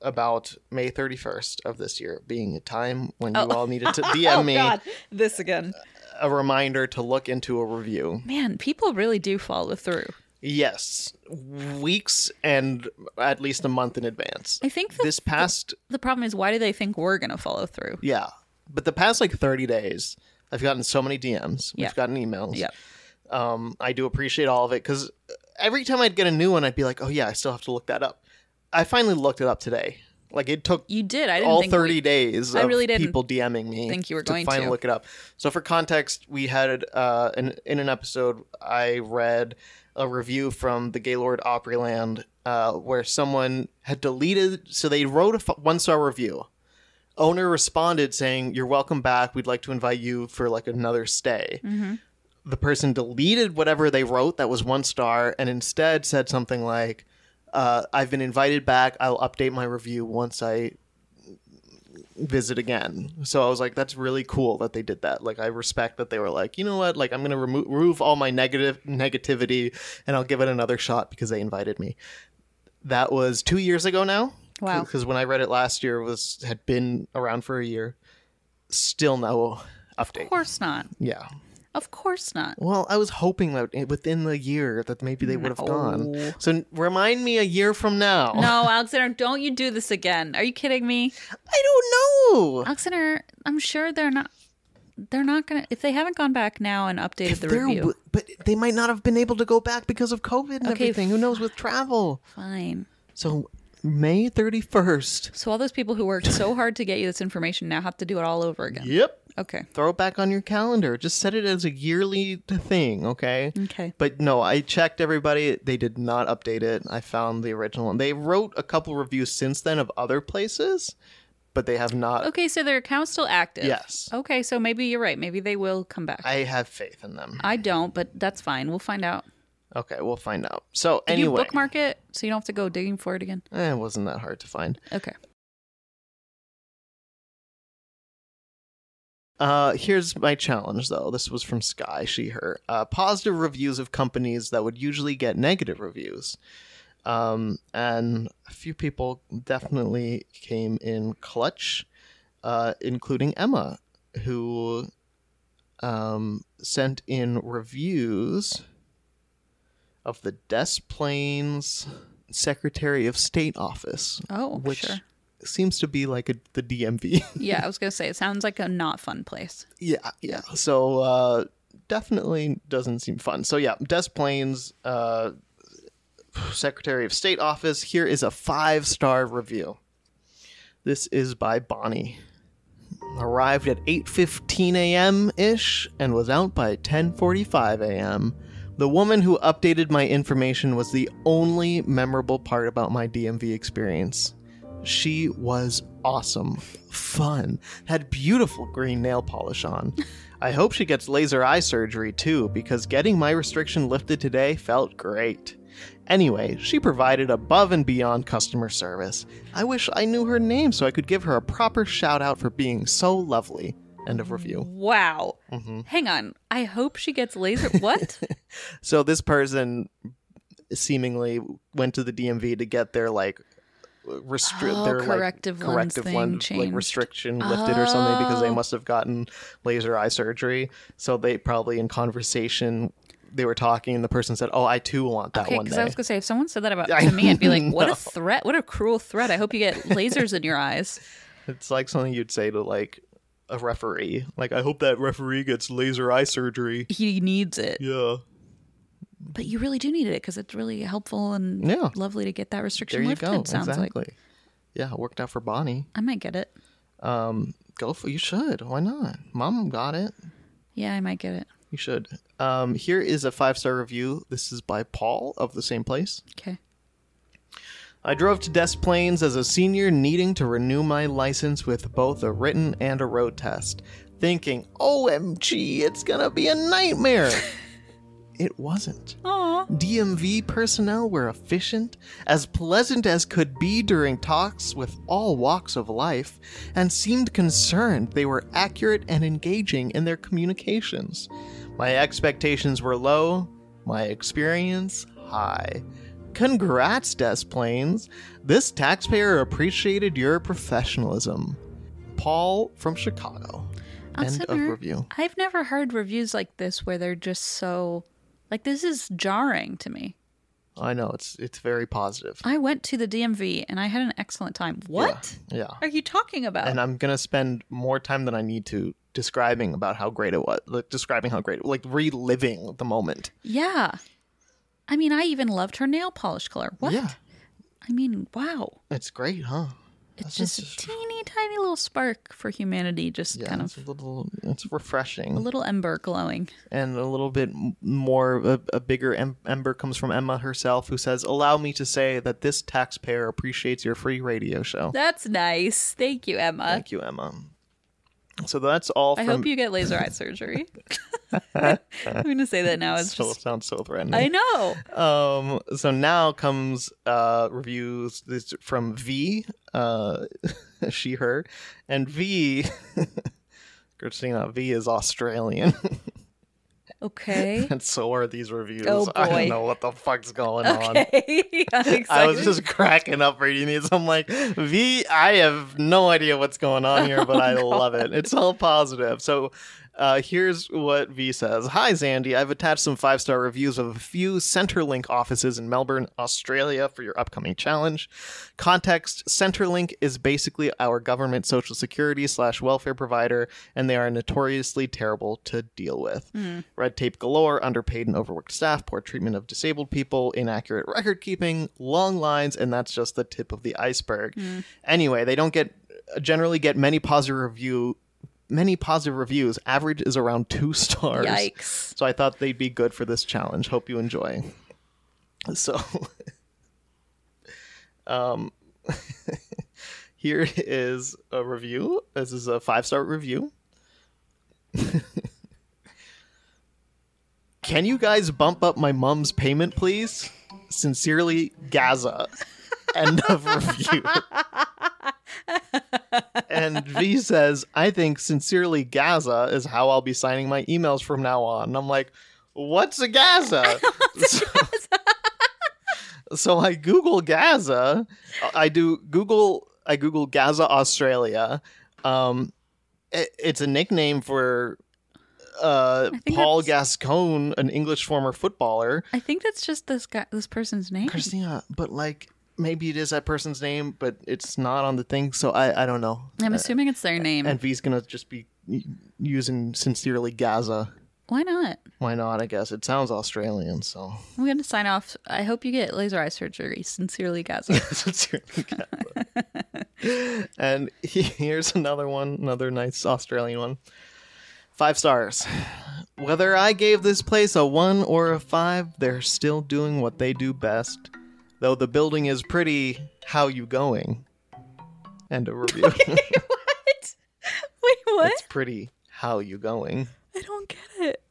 D: about May 31st of this year being a time when
C: Oh.
D: you all needed to DM me
C: this again.
D: a reminder to look into a review.
C: Man, people really do follow through.
D: Yes, weeks and at least a month in advance.
C: I think the,
D: this past,
C: the problem is why do they think we're gonna follow through?
D: yeah, but the past like 30 days, I've gotten so many DMs.
C: Yeah.
D: We've gotten emails.
C: Yeah.
D: Um, I do appreciate all of it because every time I'd get a new one, I'd be like, oh yeah, I still have to look that up. I finally looked it up today. Like it took
C: You did. I didn't
D: all
C: think
D: 30
C: we-
D: days
C: I
D: of
C: really didn't
D: people DMing me.
C: think you were
D: to
C: going
D: finally
C: to.
D: look it up. So for context, we had uh, an, in an episode I read a review from the Gaylord Opryland uh, where someone had deleted. So they wrote a one star review. Owner responded saying, "You're welcome back. We'd like to invite you for like another stay."
C: Mm-hmm.
D: the person deleted whatever they wrote that was one star and instead said something like, uh, I've been invited back. I'll update my review once I visit again. So I was like, that's really cool that they did that. Like, I respect that they were like, you know what? Like, I'm going to remo- remove all my negative negativity and I'll give it another shot because they invited me. That was two years ago now.
C: Wow.
D: Because when I read it last year, it was had been around for a year. Still no
C: Of
D: update.
C: course not.
D: Yeah.
C: Of course not.
D: Well, I was hoping that i- within the year that maybe they would have
C: No.
D: gone. So n- remind me a year from now.
C: No, Alexander, don't you do this again. Are you kidding me?
D: I don't know.
C: Alexander, I'm sure they're not they're not gonna if they haven't gone back now and updated the
D: They're-
C: review.
D: But they might not have been able to go back because of COVID and
C: Okay,
D: everything. Who knows with travel?
C: Fine.
D: So May 31st.
C: So all those people who worked so hard to get you this information now have to do it all over again.
D: Yep.
C: Okay.
D: Throw it back on your calendar. Just set it as a yearly thing, okay?
C: Okay.
D: But no, I checked everybody. They did not update it. I found the original one. They wrote a couple reviews since then of other places, but they have not.
C: Okay, so their account's still active.
D: Yes.
C: Okay, so maybe you're right. Maybe they will come back. I,
D: I have faith in them.
C: don't, but that's fine. We'll find out.
D: Okay, we'll find out. So
C: Did you
D: anyway,
C: bookmark it so you don't have to go digging for it again?
D: eh, it wasn't that hard to find.
C: Okay.
D: Uh, here's my challenge, though. This was from Sky, she, her. Uh, positive reviews of companies that would usually get negative reviews. Um, and a few people definitely came in clutch, uh, including Emma, who um, sent in reviews of the Des Plaines Secretary of State office,
C: Oh,
D: which
C: sure.
D: seems to be like a, the DMV.
C: Yeah, I was gonna say it sounds like a not fun place.
D: Yeah, yeah. So uh, definitely doesn't seem fun. So yeah, Des Plaines, uh, Secretary of State office. Here is a five star review. This is by Bonnie. Arrived at 8:15 a.m. ish and was out by 10:45 a.m. The woman who updated my information was the only memorable part about my DMV experience. She was awesome, fun, had beautiful green nail polish on. I hope she gets laser eye surgery too, because getting my restriction lifted today felt great. Anyway, she provided above and beyond customer service. I wish I knew her name so I could give her a proper shout out for being so lovely. End of review.
C: Wow.
D: hmm
C: Hang on. I hope she gets laser. What?
D: So this person seemingly went to the DMV to get their like restrict
C: Oh,
D: their
C: corrective
D: like
C: lens
D: corrective
C: thing
D: lens like
C: changed.
D: restriction lifted or something because they
C: Oh.
D: must have gotten laser eye surgery. So they probably in conversation they were talking and the person said, "Oh, I too want that
C: okay,
D: one
C: because
D: day."
C: I was gonna say if someone said that about
D: I
C: to me, I'd be like, "What
D: know.
C: a threat! What a cruel threat! I hope you get lasers in your eyes."
D: It's like something you'd say to like a referee. Like, "I hope that referee gets laser eye surgery."
C: He needs it,
D: Yeah.
C: but you really do need it because it's really helpful and
D: Yeah.
C: lovely to get that restriction
D: There you
C: lifted.
D: go.
C: Sounds
D: Exactly.
C: like
D: Yeah, it worked out for Bonnie.
C: I might get it.
D: Um, go for you should. Why not? Mom got it.
C: Yeah, I might get it.
D: You should. Um, here is a five star review. This is by Paul of the same place.
C: Okay.
D: I drove to Des Plaines as a senior needing to renew my license with both a written and a road test, thinking, OMG, it's gonna be a nightmare. it wasn't.
C: Aw.
D: DMV personnel were efficient, as pleasant as could be during talks with all walks of life, and seemed concerned they were accurate and engaging in their communications. My expectations were low, my experience high. Congrats, Des Plaines! This taxpayer appreciated your professionalism. Paul from Chicago.
C: I'll
D: End
C: send
D: of
C: her-
D: review.
C: I've never heard reviews like this where they're just so like this is jarring to me.
D: I know it's it's very positive.
C: I went to the DMV and I had an excellent time. What
D: Yeah.
C: are you talking about?
D: and I'm gonna spend more time than I need to describing about how great it was, like describing how great, like reliving the moment.
C: yeah. I mean, I even loved her nail polish color. What?
D: Yeah,
C: I mean, wow.
D: it's great, huh?
C: It's
D: That's
C: just a teeny tiny little spark for humanity, just
D: yeah,
C: kind
D: it's
C: of
D: a little, it's refreshing,
C: a little ember glowing.
D: and a little bit m- more. A, a bigger em- ember comes from Emma herself, who says, "Allow me to say that this taxpayer appreciates your free radio show."
C: That's nice. Thank you, Emma.
D: Thank you, Emma. So that's all.
C: I
D: From,
C: hope you get laser eye surgery. I'm going to say that now. It's
D: Still
C: just,
D: sounds so threatening.
C: I know.
D: Um, so now comes uh, reviews this from V, uh, she, her, and V. Christina V is Australian,
C: Okay.
D: and so are these reviews.
C: Oh,
D: I
C: boy.
D: don't know what the fuck's going on.
C: Okay. I'm
D: I was
C: excited.
D: just cracking up reading these. I'm like, V, I have no idea what's going on here, but I love it. It's all positive. So uh, here's what V says Hi, Zandy. I've attached some five star reviews of a few Centrelink offices in Melbourne, Australia for your upcoming challenge. Context Centrelink is basically our government social security slash welfare provider, and they are notoriously terrible to deal with. Red tape galore, underpaid and overworked staff, poor treatment of disabled people, inaccurate record keeping, long lines, and that's just the tip of the iceberg. Anyway, they don't get generally get many positive review many positive reviews. Average is around two stars.
C: Yikes.
D: So I thought they'd be good for this challenge. Hope you enjoy. So, um, here is a review. This is a five star review. Can you guys bump up my mom's payment, please? Sincerely, Gaza. End of review. and V says, I think sincerely Gaza is how I'll be signing my emails from now on. And I'm like, what's a Gaza? so, so I Google Gaza. I do Google I Google Gaza Australia. Um it, it's a nickname for uh
C: I think
D: Paul Gascon, an English former footballer.
C: I think that's just this guy, this person's name.
D: Christina, but like maybe it is that person's name, but it's not on the thing, so I, I don't know.
C: I'm assuming it's their name.
D: And V's gonna just be y- using sincerely Gaza.
C: Why not?
D: Why not? I guess it sounds Australian, so
C: I'm going to sign off. I hope you get laser eye surgery. Sincerely, Gaza.
D: sincerely Gaza. and he- here's another one, another nice Australian one. Five stars. Whether I gave this place a one or a five, they're still doing what they do best. Though the building is pretty, how you going? and a review.
C: what? Wait, what?
D: it's pretty. How you going?
C: I don't get it.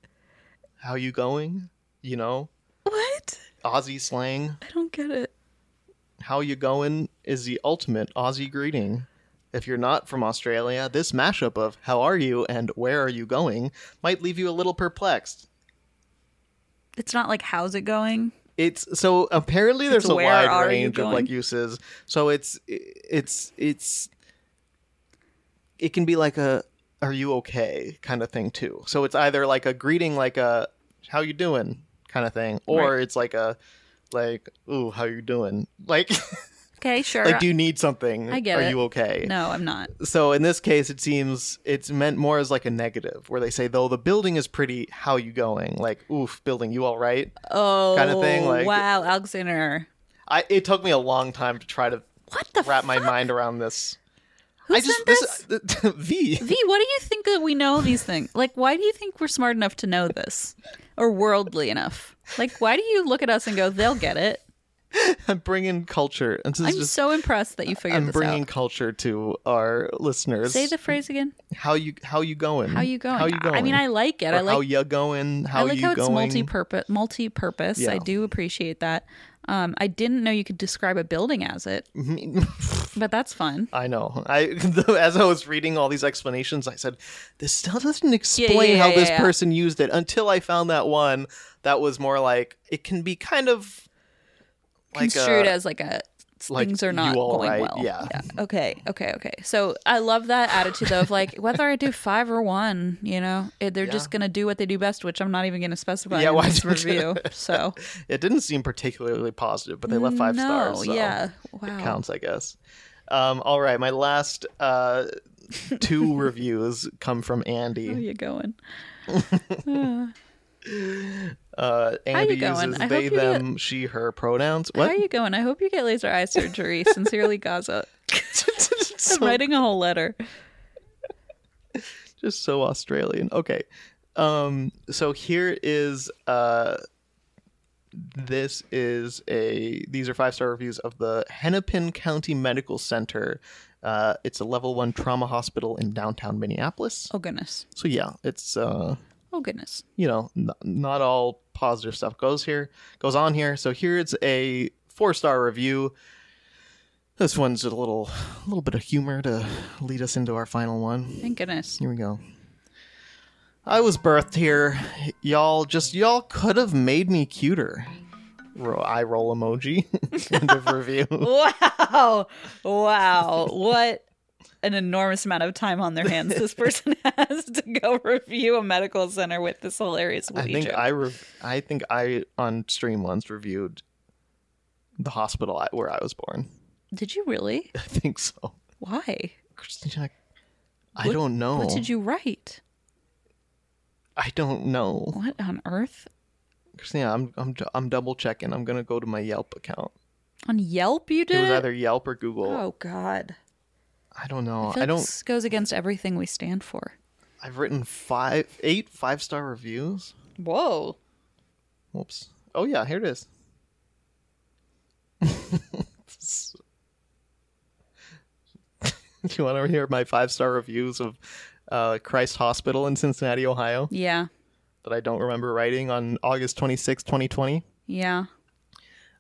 D: How you going? You know,
C: What?
D: Aussie slang.
C: I don't get it.
D: How you going is the ultimate Aussie greeting. If you're not from Australia, this mashup of how are you and where are you going might leave you a little perplexed.
C: It's not like how's it going?
D: It's so apparently there's a
C: where
D: wide
C: are you
D: range of like
C: going?
D: uses. So it's it's it's it can be like a are you okay kind of thing too. So it's either like a greeting like a how you doing kind of thing or
C: Right.
D: it's like a like ooh how you doing? Like
C: Okay, sure.
D: like do you need something?
C: I get
D: are
C: it.
D: you okay?
C: no, I'm not.
D: So in this case it seems it's meant more as like a negative where they say though the building is pretty how you going? Like oof building you all right?
C: Oh,
D: Kinda thing, like-
C: wow, Alexander.
D: I it took me a long time to try to
C: What the
D: wrap my
C: fuck?
D: mind around this.
C: Who
D: I just
C: sent this?
D: v.
C: V, what do you think that we know these things? Like, why do you think we're smart enough to know this, or worldly enough? Like, why do you look at us and go, "They'll get it"?
D: I'm bringing culture. And this
C: I'm
D: is just,
C: so impressed that you figured
D: I'm
C: this
D: bringing
C: out.
D: culture to our listeners.
C: Say the phrase again.
D: how you how you going?
C: How you going?
D: How you going?
C: I mean, I like it.
D: Or
C: I like
D: how you going? How
C: I like
D: you
C: how it's
D: going?
C: multi-purpose. Multi-purpose.
D: Yeah.
C: I do appreciate that. Um, I didn't know you could describe a building as it,
D: Mm-hmm.
C: but that's fun.
D: I know. I as I was reading all these explanations, I said, "This still doesn't explain
C: yeah,
D: how
C: yeah,
D: this
C: yeah.
D: person used it." Until I found that one that was more like it can be kind of like
C: Construed
D: a,
C: as like a
D: like,
C: things are
D: you
C: not
D: all
C: going
D: right,
C: well.
D: yeah.
C: Okay. Okay. Okay. So I love that attitude though of like whether I do five or one, you know, it, they're just gonna do what they do best, which I'm not even gonna specify
D: Yeah,
C: in
D: why
C: this
D: don't you-
C: review. So
D: It didn't seem particularly positive, but they left five
C: no,
D: stars. So
C: yeah.
D: It
C: Wow.
D: counts, I guess. Um, all right, my last uh, two reviews come from
C: How
D: Andy.
C: you going?
D: Uh,
C: you
D: Andy
C: going?
D: uses
C: I hope
D: they,
C: you get-
D: them, she, her pronouns. What?
C: How you going? I hope you get laser eye surgery. Sincerely, Gaza. I'm writing a whole letter.
D: Just so Australian. Okay. Um, so here is uh, this is a these are five star reviews of the Hennepin County Medical Center. Uh, it's a level one trauma hospital in downtown Minneapolis.
C: Oh goodness.
D: So yeah, it's uh,
C: Oh goodness.
D: you know, n- not all positive stuff goes here, goes on here. So here it's a four star review. This one's a little, a little bit of humor to lead us into our final one.
C: Thank goodness.
D: Here we go. I was birthed here. Y'all just y'all could have made me cuter. Ro- eye roll emoji. End of review.
C: Wow. Wow. what an enormous amount of time on their hands this person has to go review a medical center with this hilarious
D: I
C: wheelchair.
D: think I rev- I think I on stream once reviewed the hospital I- where I was born.
C: Did you really?
D: I think so.
C: Why?
D: Christina, I don't know.
C: What did you write?
D: I don't know.
C: What on earth?
D: Christina, I'm I'm ju- I'm double checking. I'm gonna go to my Yelp account.
C: On Yelp you
D: It
C: did
D: was
C: it?
D: either Yelp or Google.
C: Oh god.
D: I don't know.
C: feel
D: I
C: like
D: don't.
C: this goes against everything we stand for.
D: I've written five, eight five star reviews.
C: Whoa.
D: Whoops. Oh yeah, here it is. you want to hear my five star reviews of uh, Christ Hospital in Cincinnati, Ohio,
C: Yeah.
D: that I don't remember writing on August twenty sixth, 2020?
C: Yeah.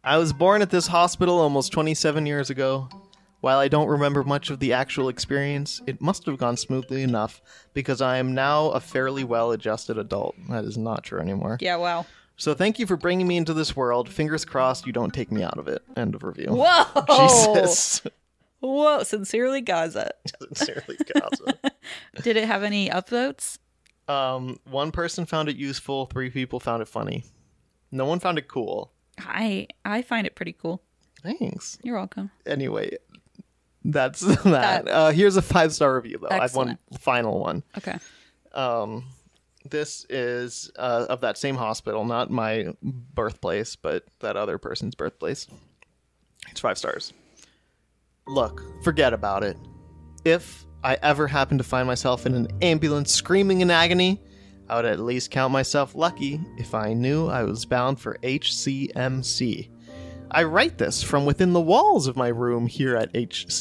D: I was born at this hospital almost 27 years ago. While I don't remember much of the actual experience, it must have gone smoothly enough because I am now a fairly well adjusted adult. That is not true anymore.
C: Yeah, wow.
D: So thank you for bringing me into this world. Fingers crossed you don't take me out of it. End of review.
C: Whoa.
D: Jesus.
C: Whoa, sincerely Gaza.
D: Sincerely, Gaza.
C: Did it have any upvotes?
D: Um, one person found it useful, three people found it funny. No one found it cool.
C: I I find it pretty cool.
D: Thanks.
C: You're welcome.
D: Anyway, that's that. Uh, here's a five star review, though. I've one final one.
C: Okay.
D: um, this is uh, of that same hospital, not my birthplace, but that other person's birthplace. It's five stars. Look, forget about it. If I ever happen to find myself in an ambulance screaming in agony, I would at least count myself lucky if I knew I was bound for HCMC. I write this from within the walls of my room here at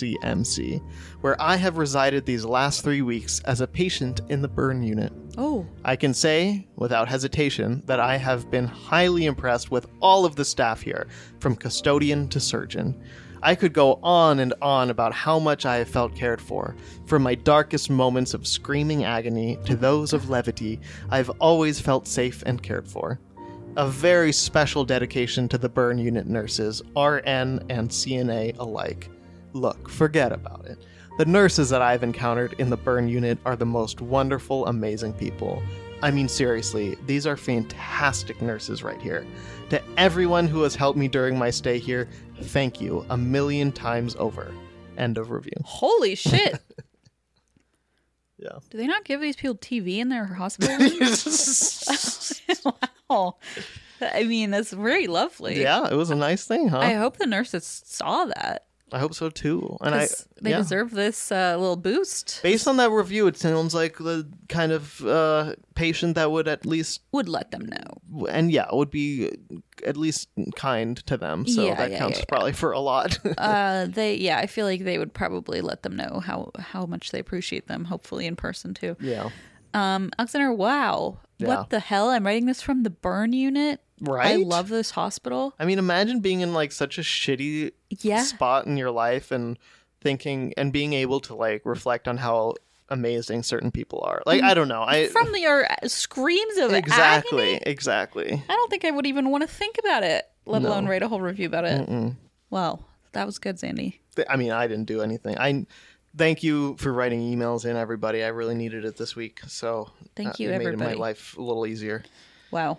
D: HCMC, where I have resided these last three weeks as a patient in the burn unit.
C: Oh,
D: I can say, without hesitation, that I have been highly impressed with all of the staff here, from custodian to surgeon. I could go on and on about how much I have felt cared for. From my darkest moments of screaming agony to those of levity, I've always felt safe and cared for. A very special dedication to the burn unit nurses, RN and CNA alike. Look, forget about it. The nurses that I've encountered in the burn unit are the most wonderful, amazing people. I mean, seriously, these are fantastic nurses right here. To everyone who has helped me during my stay here, thank you a million times over. End of review.
C: holy shit.
D: Yeah.
C: Do they not give these people TV in their hospitals? wow. I mean, that's very lovely.
D: Yeah, it was a nice thing, huh?
C: I
D: I,
C: hope the nurses saw that.
D: hope so too. And I
C: 'cause they
D: yeah.
C: deserve this uh, little boost.
D: Based on that review, it sounds like the kind of uh, patient that would at least
C: Would let them know.
D: and yeah, would be at least kind to them. So
C: Yeah,
D: that
C: yeah,
D: counts
C: yeah, yeah.
D: probably for a lot.
C: Uh, they yeah, I feel like they would probably let them know how how much they appreciate them. Hopefully in person too.
D: yeah.
C: Um, Alexander, wow,
D: Yeah.
C: what the hell? I'm writing this from the burn unit. I
D: Right?
C: love this hospital.
D: I mean, imagine being in like such a shitty
C: Yeah,
D: spot in your life and thinking and being able to like reflect on how amazing certain people are. Like I don't know. I
C: Mm, from the uh, screams of
D: exactly,
C: agony.
D: exactly.
C: I don't think I would even want to think about it, let
D: No.
C: alone write a whole review about it. Well, that was good, Sandy.
D: Th- I mean, I didn't do anything. I thank you for writing emails in everybody. I really needed it this week, so
C: Thank
D: uh,
C: you,
D: it made
C: everybody.
D: my life a little easier.
C: Wow.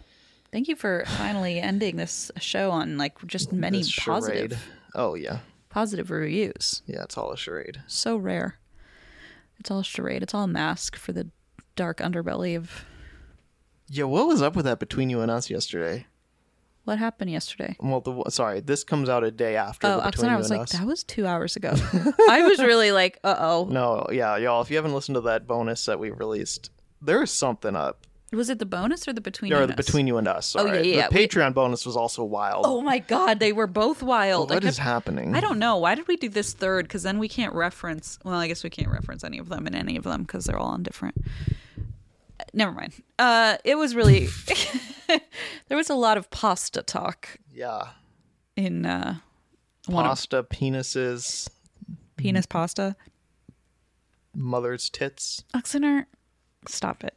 C: Thank you for finally ending this show on like just many
D: This charade.
C: positive
D: Oh yeah,
C: positive reviews.
D: yeah. It's all a charade.
C: So rare. It's all charade. It's all a mask for the dark underbelly of
D: Yeah, what was up with that between you and us yesterday?
C: what happened yesterday.
D: Well, the sorry, this comes out a day after.
C: Oh,
D: the between
C: Oxana, I
D: you
C: was
D: and
C: like,
D: us.
C: that was two hours ago. I was really like, uh oh.
D: No, yeah, y'all. If you haven't listened to that bonus that we released, there is something up.
C: Was it the bonus or the between? you
D: or the
C: notes?
D: between you and us. Sorry.
C: yeah, yeah,
D: The
C: we-
D: Patreon bonus was also wild.
C: Oh my god, they were both wild. I
D: what
C: kept-
D: is happening?
C: I don't know. Why did we do this third? Because then we can't reference. Well, I guess we can't reference any of them in any of them because they're all on different. Uh, Never mind. Uh, it was really there was a lot of pasta talk
D: Yeah.
C: in uh, one of
D: Pasta, penises, Mm-hmm.
C: penis pasta.
D: mother's tits.
C: Oh. Oxener, stop it.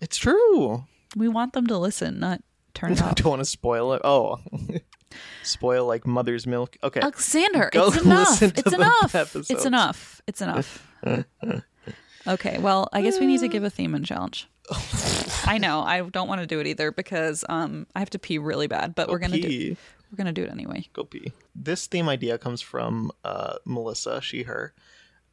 D: It's true.
C: We want them to listen, not turn it
D: I
C: off.
D: don't want to spoil it. Oh, spoil like mother's milk. Okay.
C: Alexander,
D: Go
C: it's enough.
D: listen to
C: It's
D: the
C: enough. It's
D: episodes.
C: enough. It's enough. okay, well, I guess we
D: Uh.
C: need to give a theme and challenge. I know. I don't want to do it either because um I have to pee really bad, but we're going to do
D: Oh, Pee.
C: we're going to do it anyway.
D: Go pee. This theme idea comes from uh, Melissa, she, her,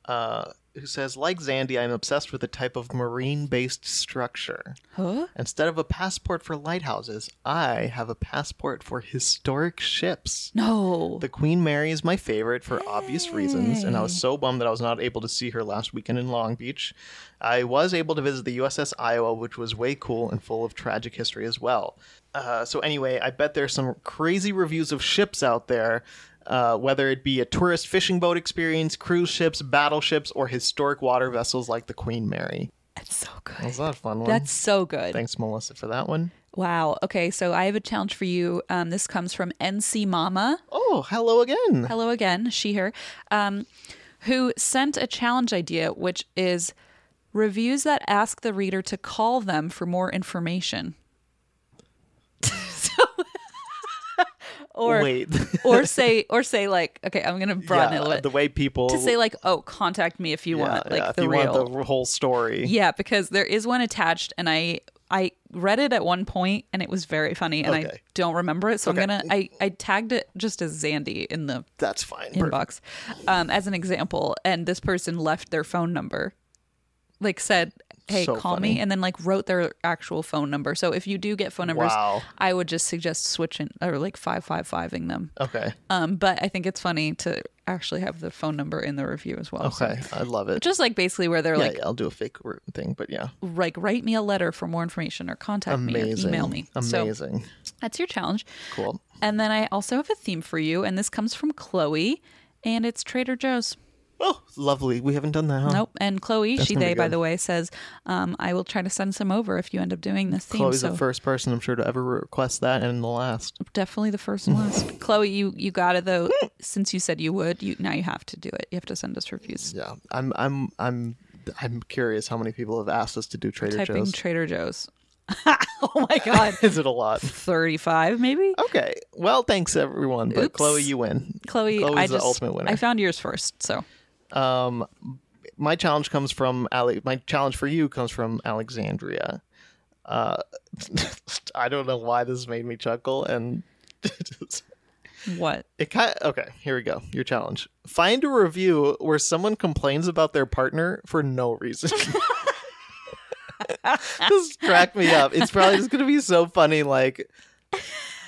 D: uh, who says, like Zandy, I'm obsessed with a type of marine based structure.
C: Huh?
D: Instead of a passport for lighthouses, I have a passport for historic ships.
C: No.
D: The Queen Mary is my favorite for obvious reasons, and I was so bummed that I was not able to see her last weekend in Long Beach. I was able to visit the USS Iowa, which was way cool and full of tragic history as well. Uh, so, anyway, I bet there's some crazy reviews of ships out there, uh, whether it be a tourist fishing boat experience, cruise ships, battleships, or historic water vessels like the Queen Mary.
C: That's so
D: That's
C: good.
D: not a fun one.
C: That's so good.
D: Thanks, Melissa, for that one.
C: Wow. Okay, so I have a challenge for you. Um this comes from NC Mama.
D: Oh, hello again.
C: Hello again, she her, um, who sent a challenge idea, which is reviews that ask the reader to call them for more information. so, or
D: Wait.
C: or say or say like, okay, I'm gonna broaden it a
D: Yeah, uh,
C: little bit
D: The way people
C: to say like, oh, contact me if you
D: yeah,
C: want like
D: yeah, if
C: the
D: you
C: real
D: want the whole story.
C: yeah, because there is one attached, and I I read it at one point, and it was very funny, and I
D: Okay.
C: don't remember it, so I'm gonna I I tagged it just as Zandy in the
D: That's fine. Perfect.
C: inbox um, as an example, and this person left their phone number, like said, "Hey,
D: So
C: call me,"
D: funny.
C: and then like wrote their actual phone number. So if you do get phone numbers,
D: Wow.
C: I would just suggest switching or like five five fiving them.
D: Okay.
C: Um, but I think it's funny to actually have the phone number in the review as well. so-
D: Okay, I love it.
C: Just like basically where they're
D: yeah,
C: like,
D: yeah, I'll do a fake root thing, but yeah,
C: like write me a letter for more information or contact me or
D: amazing,
C: email me. So
D: amazing,
C: that's your challenge.
D: cool.
C: And then I also have a theme for you, and this comes from Chloe, and it's Trader Joe's.
D: Oh, lovely. We haven't done that. Huh?
C: Nope. And Chloe, she
D: gonna be
C: they by
D: good.
C: the way says, um, I will try to send some over if you end up doing this theme.
D: Chloe's
C: so
D: the first person I'm sure to ever request that, and the last.
C: definitely the first and last. Chloe, you you got it though. Since you said you would, you now you have to do it. You have to send us reviews.
D: Yeah, I'm, I'm, I'm, I'm curious how many people have asked us to do Trader
C: Typing
D: Joe's.
C: Trader Joe's. oh my god.
D: Is it a lot?
C: Thirty-five, maybe.
D: Okay. Well, thanks everyone. But
C: Oops.
D: Chloe, you win.
C: Chloe,
D: Chloe's
C: I
D: the
C: just
D: ultimate winner.
C: I found yours first, so
D: my challenge comes from Ale- my challenge for you comes from Alexandria. Uh, I don't know why this made me chuckle, and
C: what?
D: it kind okay. Here we go. Your challenge: find a review where someone complains about their partner for no reason. this cracked me up. It's probably just gonna be so funny, like.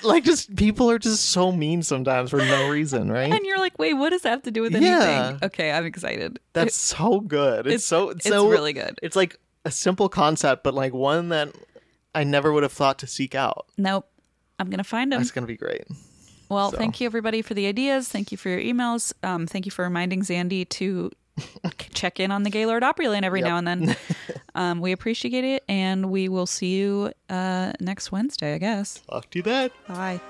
D: Like just people are just so mean sometimes for no reason, right?
C: And you're like, wait, what does that have to do with anything?
D: Yeah.
C: Okay, I'm excited.
D: That's so good. It's,
C: It's-
D: so it's,
C: it's
D: so
C: really good.
D: It's like a simple concept, but like one that I never would have thought to seek out.
C: Nope. I'm gonna find him.
D: That's gonna be great.
C: Well,
D: so.
C: thank you everybody for the ideas. Thank you for your emails. Um, thank you for reminding Zandy to check in on the Gaylord Opryland every now and then. um, we appreciate it, and we will see you uh, next Wednesday, I guess.
D: Talk to you then.
C: Bye.